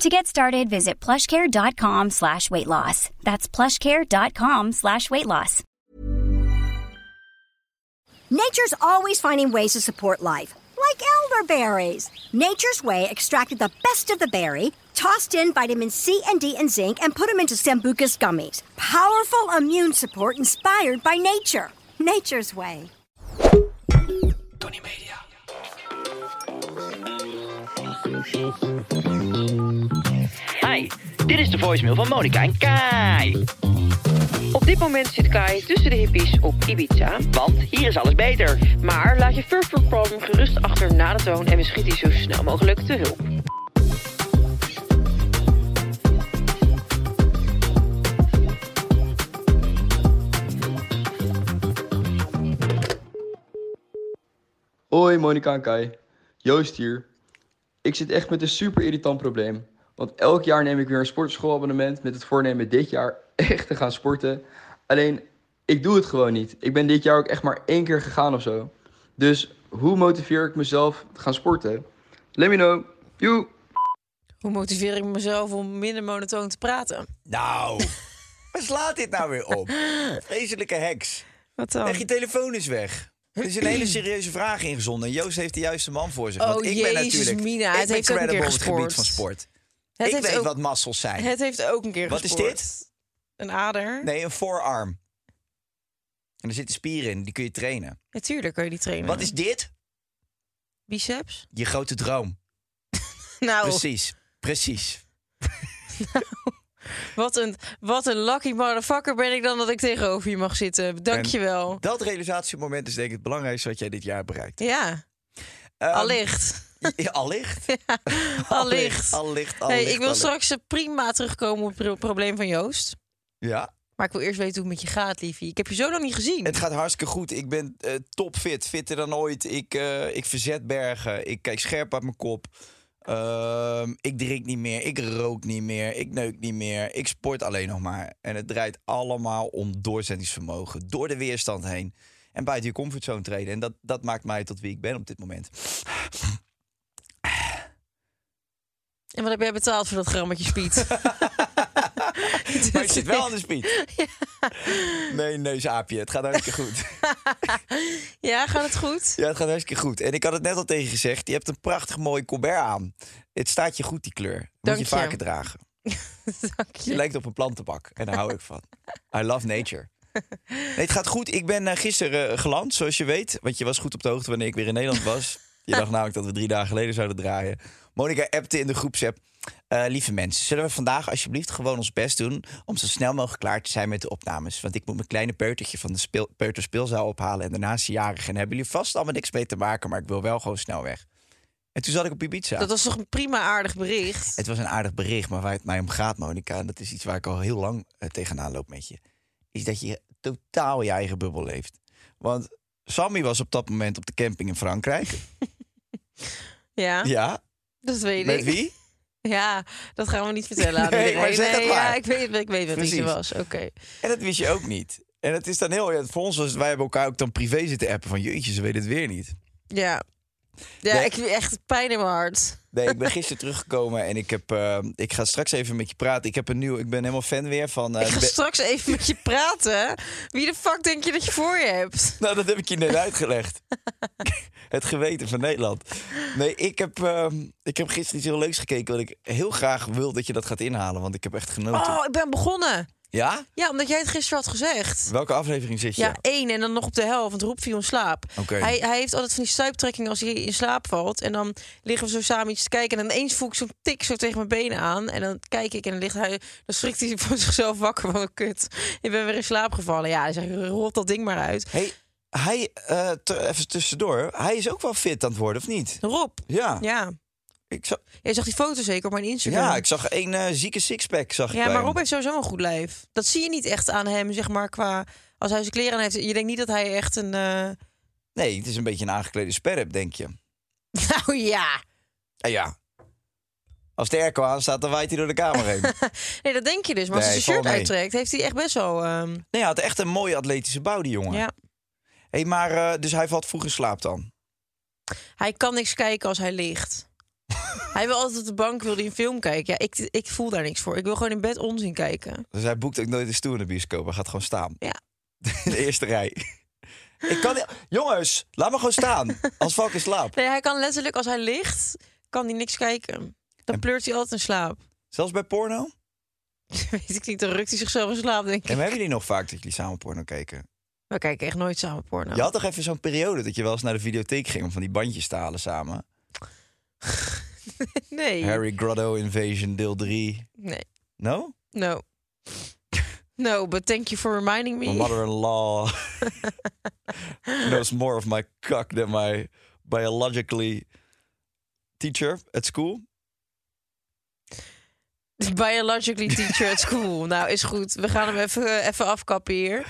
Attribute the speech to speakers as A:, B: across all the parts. A: To get started, visit plushcare.com slash weight loss. That's plushcare.com slash weight loss.
B: Nature's always finding ways to support life, like elderberries. Nature's Way extracted the best of the berry, tossed in vitamin C and D and zinc, and put them into Sambuca's gummies. Powerful immune support inspired by nature. Nature's Way.
C: Tony Media.
D: Hi, dit is de voicemail van Monica en Kai.
E: Op dit moment zit Kai tussen de hippies op Ibiza.
D: Want hier is alles beter.
E: Maar laat je Fur Fur Problem gerust achter na de toon en we schieten je zo snel mogelijk te hulp.
F: Hoi Monika en Kai, Joost hier. Ik zit echt met een super irritant probleem. Want elk jaar neem ik weer een sportschoolabonnement met het voornemen dit jaar echt te gaan sporten. Alleen, ik doe het gewoon niet. Ik ben dit jaar ook echt maar één keer gegaan of zo. Dus hoe motiveer ik mezelf te gaan sporten? Let me know. Joe!
G: Hoe motiveer ik mezelf om minder monotoon te praten?
C: Nou, waar slaat dit nou weer op? Vreselijke heks.
G: Wat dan?
C: Leg je telefoon eens weg. Er is een hele serieuze vraag ingezonden. En Joost heeft de juiste man voor zich. want
G: Oh,
C: ik ben
G: jezus,
C: natuurlijk
G: Mina,
C: ik
G: het
C: ben
G: heeft ook een keer
C: credible op het gebied
G: gesport.
C: van sport.
G: Het
C: ik
G: heeft
C: weet
G: ook-
C: wat massels zijn.
G: Het heeft ook een keer
C: Wat is
G: gespoord.
C: dit?
G: Een ader?
C: Nee, een voorarm. En er zitten spieren in, die kun je trainen.
G: Natuurlijk kun je die trainen.
C: Wat is dit?
G: Biceps?
C: Je grote droom.
G: Oh. Nou,
C: Precies, precies.
G: wat een, wat een lucky motherfucker ben ik dan dat ik tegenover je mag zitten. Dankjewel.
C: En dat realisatiemoment is denk ik het belangrijkste wat jij dit jaar hebt bereikt.
G: Ja,
C: Ehm,
G: allicht.
C: Ja, allicht.
G: Allicht.
C: Allicht,
G: Hey,
C: allicht.
G: ik wil
C: allicht.
G: straks eh, prima terugkomen op het pro- probleem van Joost.
C: Ja,
G: Maar ik wil eerst weten hoe het met je gaat, liefie. Ik heb je zo lang niet gezien.
C: het gaat hartstikke goed. Ik ben eh, topfit, fitter dan ooit. Ik, eh, ik verzet bergen. Ik kijk scherp uit mijn kop. Ehm, ik drink niet meer. Ik rook niet meer. Ik neuk niet meer. Ik sport alleen nog maar. En het draait allemaal om doorzettingsvermogen. Door de weerstand heen. En buiten je comfortzone treden. En dat, dat maakt mij tot wie ik ben op dit moment.
G: En wat heb jij betaald voor dat grammetje speed?
C: Maar ik zit wel aan de speed. Nee, neusaapje. Het gaat hartstikke goed.
G: Ja, gaat het goed?
C: Ja, het gaat hartstikke goed. En ik had het net al tegen je gezegd. Je hebt een prachtig mooi colbert aan. Het staat je goed, die kleur. Moet
G: Dank
C: je
G: je.
C: vaker dragen.
G: Dank
C: Je
G: je.
C: lijkt op een plantenbak. En daar hou ik van. I love nature. Nee, het gaat goed. Ik ben eh, gisteren eh, geland, zoals je weet. Want je was goed op de hoogte wanneer ik weer in Nederland was. Je dacht namelijk dat we drie dagen geleden zouden draaien. Monica appte in de groepsapp. eh lieve mensen, zullen we vandaag alsjeblieft gewoon ons best doen... om zo snel mogelijk klaar te zijn met de opnames? Want ik moet mijn kleine peutertje van de speel, peuterspeelzaal ophalen... en daarnaast is hij jarig. En hebben jullie vast allemaal niks mee te maken... maar ik wil wel gewoon snel weg. En toen zat ik op Ibiza.
G: Dat was toch een prima aardig bericht?
C: Het was een aardig bericht, maar waar het mij om gaat, Monica, en dat is iets waar ik al heel lang eh, tegenaan loop met je, is dat je totaal je eigen bubbel leeft. Want Sammy was op dat moment op de camping in Frankrijk.
G: Ja,
C: Ja,
G: dat weet
C: met
G: ik.
C: wie?
G: Ja, dat gaan we niet vertellen aan
C: Nee,
G: iedereen.
C: maar zeg het
G: nee,
C: maar.
G: Ja, ik weet, ik weet wat
C: Precies.
G: het was. Oké.
C: En dat wist je ook niet. En het is dan heel, ja, voor ons was het- wij hebben elkaar ook dan privé zitten appen van jeetje, ze weten het weer niet.
G: Ja. Ja,
C: Nee.
G: ik heb echt pijn in mijn hart.
C: Nee, ik ben gisteren teruggekomen en ik heb, eh, ik ga straks even met je praten. Ik heb een nieuw, ik ben helemaal fan weer van. eh,
G: Ik ga
C: Be-
G: straks even met je praten. Wie de fuck denk je dat je voor je hebt?
C: Nou, dat heb ik je net uitgelegd. het geweten van Nederland. Nee, ik heb, ehm, ik heb gisteren iets heel leuks gekeken. Wat ik heel graag wil dat je dat gaat inhalen. Want ik heb echt genoten.
G: Oh, ik ben begonnen.
C: Ja?
G: Ja, omdat jij het gisteren had gezegd.
C: Welke aflevering zit je?
G: Ja, één en dan nog op de helft, want Roep viel in slaap.
C: Oké.
G: Hij, hij heeft altijd van die stuiptrekking als hij in slaap valt. En dan liggen we zo samen iets te kijken. En ineens voel ik zo'n tik zo tegen mijn benen aan. En dan kijk ik en dan ligt hij, dan schrikt hij van zichzelf wakker. Van oh, kut, ik ben weer in slaap gevallen. Ja, hij zegt, rot dat ding maar uit.
C: Hey, hij, eh, t- even tussendoor, hij is ook wel fit aan het worden, of niet?
G: Rob,
C: Ja.
G: ja.
C: Ik zag,
G: Jij zag die foto zeker op mijn Instagram.
C: ja, ik zag een eh, zieke sixpack. Zag ik
G: Ja,
C: bij
G: maar
C: hem.
G: Rob heeft sowieso een goed lijf. Dat zie je niet echt aan hem, zeg maar, qua... Als hij zijn kleren aan heeft, je denkt niet dat hij echt een... eh,
C: Nee, het is een beetje een aangeklede sperp, denk je.
G: Nou ja.
C: Ah, ja. Als de airco aan staat, dan waait hij door de kamer heen.
G: Nee, dat denk je dus. Maar als
C: Nee,
G: hij zijn
C: valt
G: shirt
C: mee.
G: uittrekt, heeft hij echt best wel... ehm,
C: nee, hij had echt een mooie atletische bouw, die jongen.
G: ja.
C: Hey, maar, eh, dus hij valt vroeg in slaap dan.
G: Hij kan niks kijken als hij ligt. hij wil altijd op de bank wil hij een film kijken. Ja, ik, ik voel daar niks voor. Ik wil gewoon in bed onzin kijken.
C: Dus hij boekt ook nooit een stoel in de bioscoop. Hij gaat gewoon staan.
G: Ja.
C: In de eerste rij. ik kan... niet- Jongens, laat me gewoon staan. Als valk in slaap.
G: Nee, hij kan letterlijk als hij ligt, kan hij niks kijken. Dan pleurt hij altijd in slaap.
C: Zelfs bij porno?
G: Weet ik niet, dan rukt hij zichzelf in slaap, denk ik.
C: En hebben jullie nog vaak dat jullie samen porno keken?
G: We kijken echt nooit samen porno.
C: Je had toch even zo'n periode dat je wel eens naar de videotheek ging om van die bandjes te halen samen?
G: Nee.
C: Harry Grotto Invasion deel 3.
G: Nee.
C: No?
G: No. No, but thank you for reminding
C: My
G: me.
C: mother-in-law knows more of my cock than my biologically teacher at school.
G: Biologically teacher at school. Nou, is goed. We gaan hem even, eh, even afkappen hier.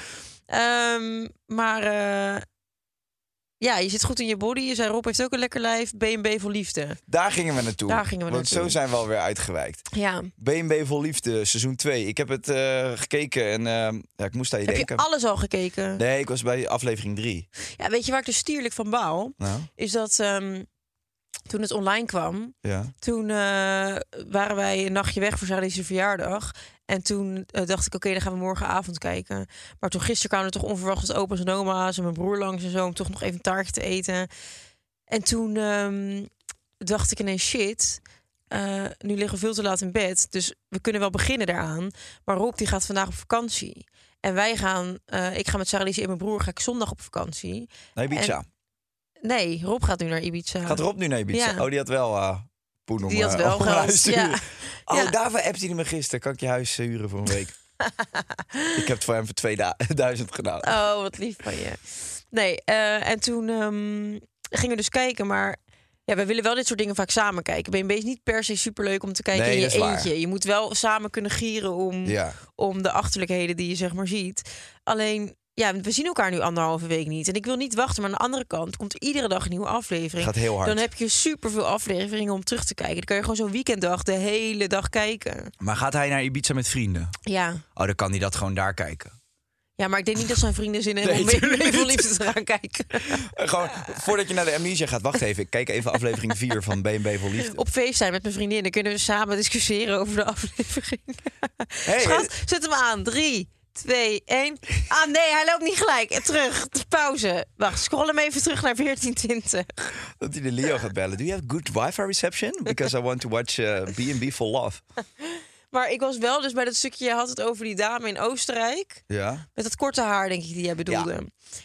G: Ehm, maar eh, ja, je zit goed in je body. Je zei Rob heeft ook een lekker lijf. B&B voor liefde.
C: Daar gingen we naartoe.
G: Daar gingen we
C: Want zo
G: naartoe.
C: zijn we alweer uitgewijkt.
G: Ja.
C: BNB Vol Liefde, seizoen 2. Ik heb het eh, gekeken en eh, ja, ik moest aan je
G: Heb je
C: denken.
G: alles al gekeken?
C: Nee, ik was bij aflevering 3.
G: Ja, weet je waar ik dus stierlijk van baal?
C: Nou,
G: Is dat ehm, toen het online kwam,
C: ja.
G: Toen eh, waren wij een nachtje weg voor Sarah's verjaardag. En toen eh, dacht ik, oké, dan gaan we morgenavond kijken. Maar toen gisteren kwamen er toch onverwacht wat opa's en oma's en mijn broer langs en zo... om toch nog even een taartje te eten. En toen ehm, dacht ik ineens, shit, eh, nu liggen we veel te laat in bed. Dus we kunnen wel beginnen daaraan. Maar Rob die gaat vandaag op vakantie. En wij gaan, eh, ik ga met Sarah en mijn broer ga ik zondag op vakantie.
C: Naar Ibiza.
G: Nee, Rob gaat nu naar Ibiza.
C: Gaat Rob nu naar Ibiza?
G: Ja.
C: Oh, die had wel eh poen om
G: Die had
C: eh,
G: wel
C: om
G: geld,
C: huis te
G: ja.
C: huren. Oh,
G: Ja.
C: daarvoor appte hij me gisteren. Kan ik je huis eh, huren voor een week? ik heb het voor hem voor 2000 gedaan.
G: Oh, wat lief van je. Nee, eh, en toen ehm, gingen we dus kijken, maar ja, wij willen wel dit soort dingen vaak samen kijken. BNB is niet per se superleuk om te kijken
C: Nee,
G: in je
C: dat is waar.
G: eentje. Je moet wel samen kunnen gieren om,
C: Ja.
G: om de achterlijkheden die je zeg maar ziet. Alleen, ja, we zien elkaar nu anderhalve week niet. En ik wil niet wachten, maar aan de andere kant komt er iedere dag een nieuwe aflevering.
C: Gaat heel hard.
G: Dan heb je superveel afleveringen om terug te kijken. Dan kan je gewoon zo'n weekenddag de hele dag kijken.
C: Maar gaat hij naar Ibiza met vrienden?
G: Ja.
C: Oh, dan kan hij dat gewoon daar kijken.
G: Ja, maar ik denk niet dat zijn vrienden zin hebben
C: Nee,
G: om mee,
C: tuurlijk
G: mee
C: niet.
G: voor liefde te gaan kijken.
C: gewoon, voordat je naar de amnesia gaat, wacht even. Ik kijk even aflevering 4 van BNB Vol Liefde.
G: op FaceTime met mijn vriendin. Dan kunnen we samen discussiëren over de aflevering.
C: Hey,
G: Schat, zet hem aan. Drie, twee, één. Ah nee, hij loopt niet gelijk. Eh, Terug, pauze. Wacht, scroll hem even terug naar 1420.
C: Dat hij de Leo gaat bellen. Do you have good wifi reception? Because I want to watch eh, B&B for Love.
G: Maar ik was wel dus bij dat stukje, je had het over die dame in Oostenrijk.
C: Ja.
G: Met dat korte haar, denk ik, die jij bedoelde.
C: Ja.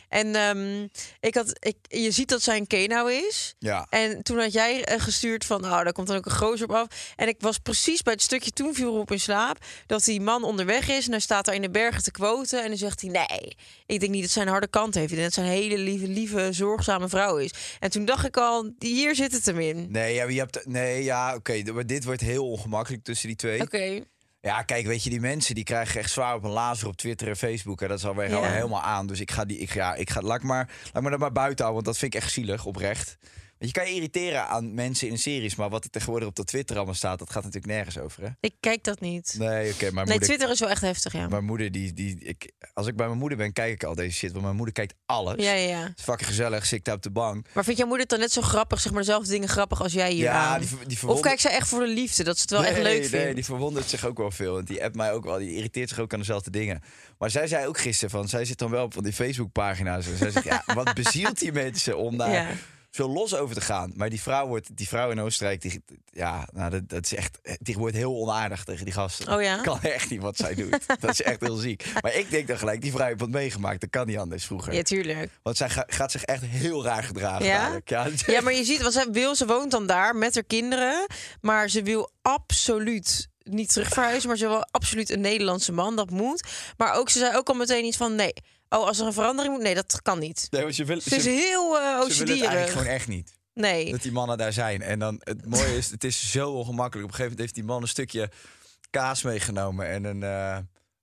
G: En ehm, ik had, ik, je ziet dat zij een Kenau is.
C: Ja.
G: En toen had jij eh, gestuurd van, nou, daar komt dan ook een gozer op af. En ik was precies bij het stukje, toen viel op in slaap... dat die man onderweg is en hij staat daar in de bergen te quoten. En dan zegt hij, nee, ik denk niet dat zij een harde kant heeft. Ik denk dat zij een hele lieve, lieve, zorgzame vrouw is. En toen dacht ik al, hier zit het hem in.
C: Nee, ja, maar je hebt, nee, ja oké. maar dit wordt heel ongemakkelijk tussen die twee.
G: Oké,
C: Ja, kijk, weet je, die mensen die krijgen echt zwaar op een lazer op Twitter en Facebook. En dat is alweer
G: Ja.
C: al helemaal aan. Dus ik ga die, ik, ja, ik ga, laat, ik maar, laat me dat maar buiten houden, want dat vind ik echt zielig, oprecht. Want je kan je irriteren aan mensen in series, maar wat er tegenwoordig op dat Twitter allemaal staat, dat gaat natuurlijk nergens over, hè?
G: ik kijk dat niet. Nee,
C: Nee, oké, maar moeder,
G: Twitter is wel echt heftig, ja.
C: mijn moeder die, die ik, als ik bij mijn moeder ben, kijk ik al deze shit, want mijn moeder kijkt alles.
G: Ja, ja, ja.
C: Het is fucking gezellig, zit ik daar op de bank.
G: Maar vindt jouw moeder het dan net zo grappig, zeg maar dezelfde dingen grappig als jij hier?
C: Ja,
G: aan?
C: die ver- die
G: Of
C: verwonder-
G: kijkt zij echt voor de liefde, dat ze het wel echt
C: nee,
G: leuk
C: nee,
G: vindt?
C: die verwondert zich ook wel veel. Want die appt mij ook wel. Die irriteert zich ook aan dezelfde dingen. Maar zij zei ook gisteren van... Zij zit dan wel op van die Facebookpagina's. En zij zegt, ja, wat bezielt die mensen om daar...
G: Ja.
C: zo los over te gaan. Maar die vrouw, wordt, die vrouw in Oostenrijk, die, ja, nou, dat, dat is echt, die wordt heel onaardig tegen die gasten.
G: Oh ja?
C: Kan echt niet wat zij doet. dat is echt heel ziek. Maar ik denk dan gelijk, die vrouw heeft wat meegemaakt. Dat kan niet anders vroeger.
G: Ja, tuurlijk.
C: Want zij ga- gaat zich echt heel raar gedragen.
G: Ja?
C: dadelijk. Ja, het is
G: Ja,
C: echt-
G: maar je ziet, want zij wil, ze woont dan daar met haar kinderen. Maar ze wil absoluut niet terug verhuizen. Maar ze wil absoluut een Nederlandse man, dat moet. Maar ook, ze zei ook al meteen iets van, nee. Oh, als er een verandering moet, nee, dat kan niet.
C: Nee, want je wil,
G: Ze is heel eh
C: ze willen het eigenlijk gewoon
G: OCD'erig.
C: echt niet.
G: Nee.
C: Dat die mannen daar zijn. En dan het mooie is, het is zo ongemakkelijk. Op een gegeven moment heeft die man een stukje kaas meegenomen en een, eh,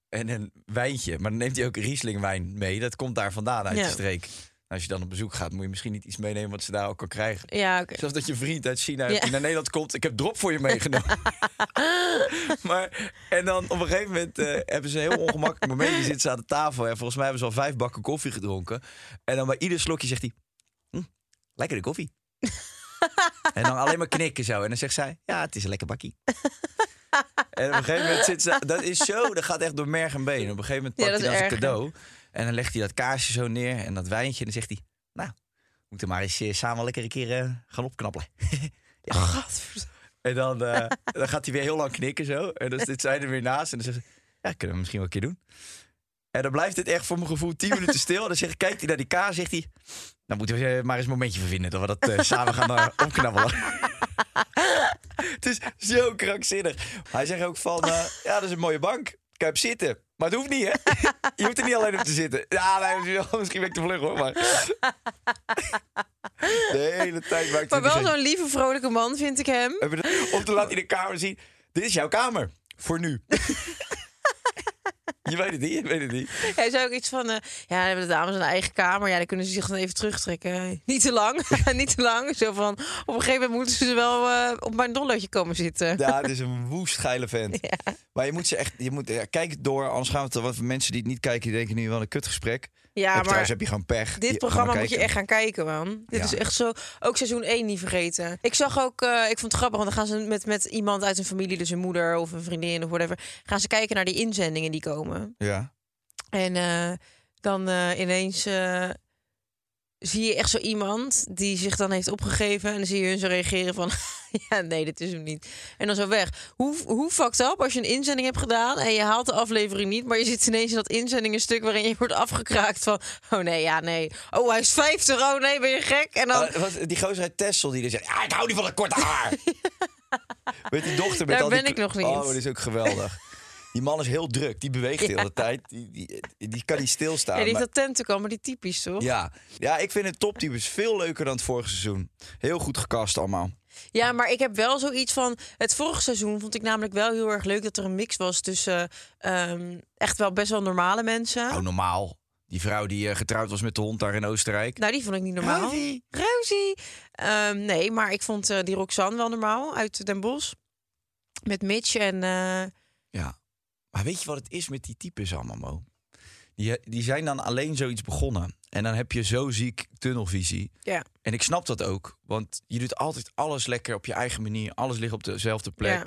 C: en een wijntje. Maar dan neemt hij ook Rieslingwijn mee. Dat komt daar vandaan uit
G: Ja.
C: de streek. En als je dan op bezoek gaat, moet je misschien niet iets meenemen wat ze daar ook kan krijgen.
G: Ja, oké.
C: Zelfs dat je vriend uit China
G: Ja.
C: die naar Nederland komt. Ik heb drop voor je meegenomen. maar, en dan op een gegeven moment eh, hebben ze een heel ongemakkelijk moment. Die zitten ze aan de tafel. En volgens mij hebben ze al vijf bakken koffie gedronken. En dan bij ieder slokje zegt hij... "Hm, lekkere koffie. en dan alleen maar knikken zo. En dan zegt zij... Ja, het is een lekker bakkie. en op een gegeven moment zit ze... Dat is zo, dat gaat echt door merg en been. Op een gegeven moment
G: Ja,
C: pakt
G: dat
C: hij dan
G: is
C: zijn
G: erg,
C: cadeau. En dan legt hij dat kaarsje zo neer en dat wijntje. En dan zegt hij... Nou, moeten we maar eens eh, samen lekker een keer eh, gaan opknappelen. ja. En dan, eh, dan gaat hij weer heel lang knikken zo. En dan zit zij er weer naast. En dan zegt ze, ja, kunnen we misschien wel een keer doen. En dan blijft het echt voor mijn gevoel tien minuten stil. En dan zegt, kijkt hij naar die kaas, zegt hij... Dan moeten we eh, maar eens een momentje vervinden dat we dat eh, samen gaan eh, opknabbelen. het is zo krankzinnig. Hij zegt ook van, eh, ja, dat is een mooie bank. Kan je op zitten. Maar het hoeft niet, hè? Je hoeft er niet alleen op te zitten. Ja, nee, misschien ben ik te vlug, hoor. Maar... De hele tijd maakt
G: Maar
C: hij
G: wel
C: zich-
G: zo'n lieve, vrolijke man vind ik hem.
C: hebben we- Om te laten in de kamer zien. Dit is jouw kamer. Voor nu. je weet het niet, je weet het niet.
G: Hij zei ook iets van, eh, ja, dan hebben de dames een eigen kamer. Ja, dan kunnen ze zich dan even terugtrekken. Niet te lang, niet te lang. Zo van, op een gegeven moment moeten ze wel eh, op mijn dollotje komen zitten.
C: Ja, het is een woest geile vent. Maar je moet ze echt... Je moet, ja, kijk door, anders gaan we het... Want voor mensen die het niet kijken, die denken nu wel een kutgesprek.
G: Ja,
C: Heb-
G: maar
C: Trouwens heb je gewoon pech. Je-
G: Dit
C: ga
G: programma
C: maar
G: moet je echt
C: kijken.
G: gaan kijken, man. Dit
C: Ja.
G: is echt zo. Ook seizoen 1 niet vergeten. Ik zag ook, eh, ik vond het grappig, want dan gaan ze met, met iemand uit hun familie, dus een moeder of een vriendin of whatever, gaan ze kijken naar die inzendingen die komen.
C: Ja.
G: En eh, dan eh, ineens eh, zie je echt zo iemand die zich dan heeft opgegeven. En dan zie je hun zo reageren van, ja, nee, dit is hem niet. En dan zo weg. Hoe, hoe fucked up als je een inzending hebt gedaan en je haalt de aflevering niet. Maar je zit ineens in dat inzendingenstuk waarin je wordt afgekraakt van, oh nee, ja, nee. Oh, hij is 50, oh nee, ben je gek? En dan...
C: Oh, wat- die gozer uit Tessel die er zegt... Ja, ik hou niet van dat korte haar. Met die dochter met
G: Daar
C: al die
G: ben ik
C: kle-
G: nog niet.
C: Oh, dat is ook geweldig. Die man is heel druk. Die beweegt de hele tijd. Die, die, die kan niet stilstaan.
G: Ja, die heeft
C: maar-
G: dat tentenkamp, maar die typisch, toch?
C: Ja. ja, ik vind het toptypes veel leuker dan het vorige seizoen. Heel goed gecast
G: Oh.
C: allemaal.
G: Ja, maar ik heb wel zoiets van. Het vorige seizoen vond ik namelijk wel heel erg leuk dat er een mix was tussen ehm, echt wel best wel normale mensen.
C: Nou, normaal. Die vrouw die eh, getrouwd was met de hond daar in Oostenrijk.
G: Nou, die vond ik niet normaal.
C: Rosie.
G: Rosie. Ehm, nee, maar ik vond eh, die Roxanne wel normaal uit Den Bosch. Met Mitch en... eh,
C: Ja. Maar weet je wat het is met die types allemaal, Mo? Die, die zijn dan alleen zoiets begonnen. En dan heb je zo ziek tunnelvisie.
G: ja.
C: En ik snap dat ook. Want je doet altijd alles lekker op je eigen manier. Alles ligt op dezelfde plek.
G: ja.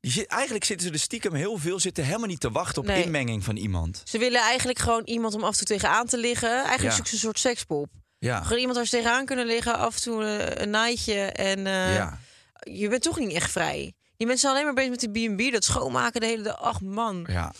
C: Je zit, eigenlijk zitten ze er stiekem heel veel zitten helemaal niet te wachten op
G: Nee.
C: inmenging van iemand.
G: Ze willen eigenlijk gewoon iemand om af en toe tegenaan te liggen. Eigenlijk
C: Ja.
G: zoeken ze een soort sekspop.
C: Ja.
G: Gewoon iemand waar ze tegenaan kunnen liggen. Af en toe eh, een naaitje. En eh,
C: ja.
G: je bent toch niet echt vrij. Die mensen zijn alleen maar bezig met die B&B. Dat schoonmaken de hele dag. Ach man.
C: Ja.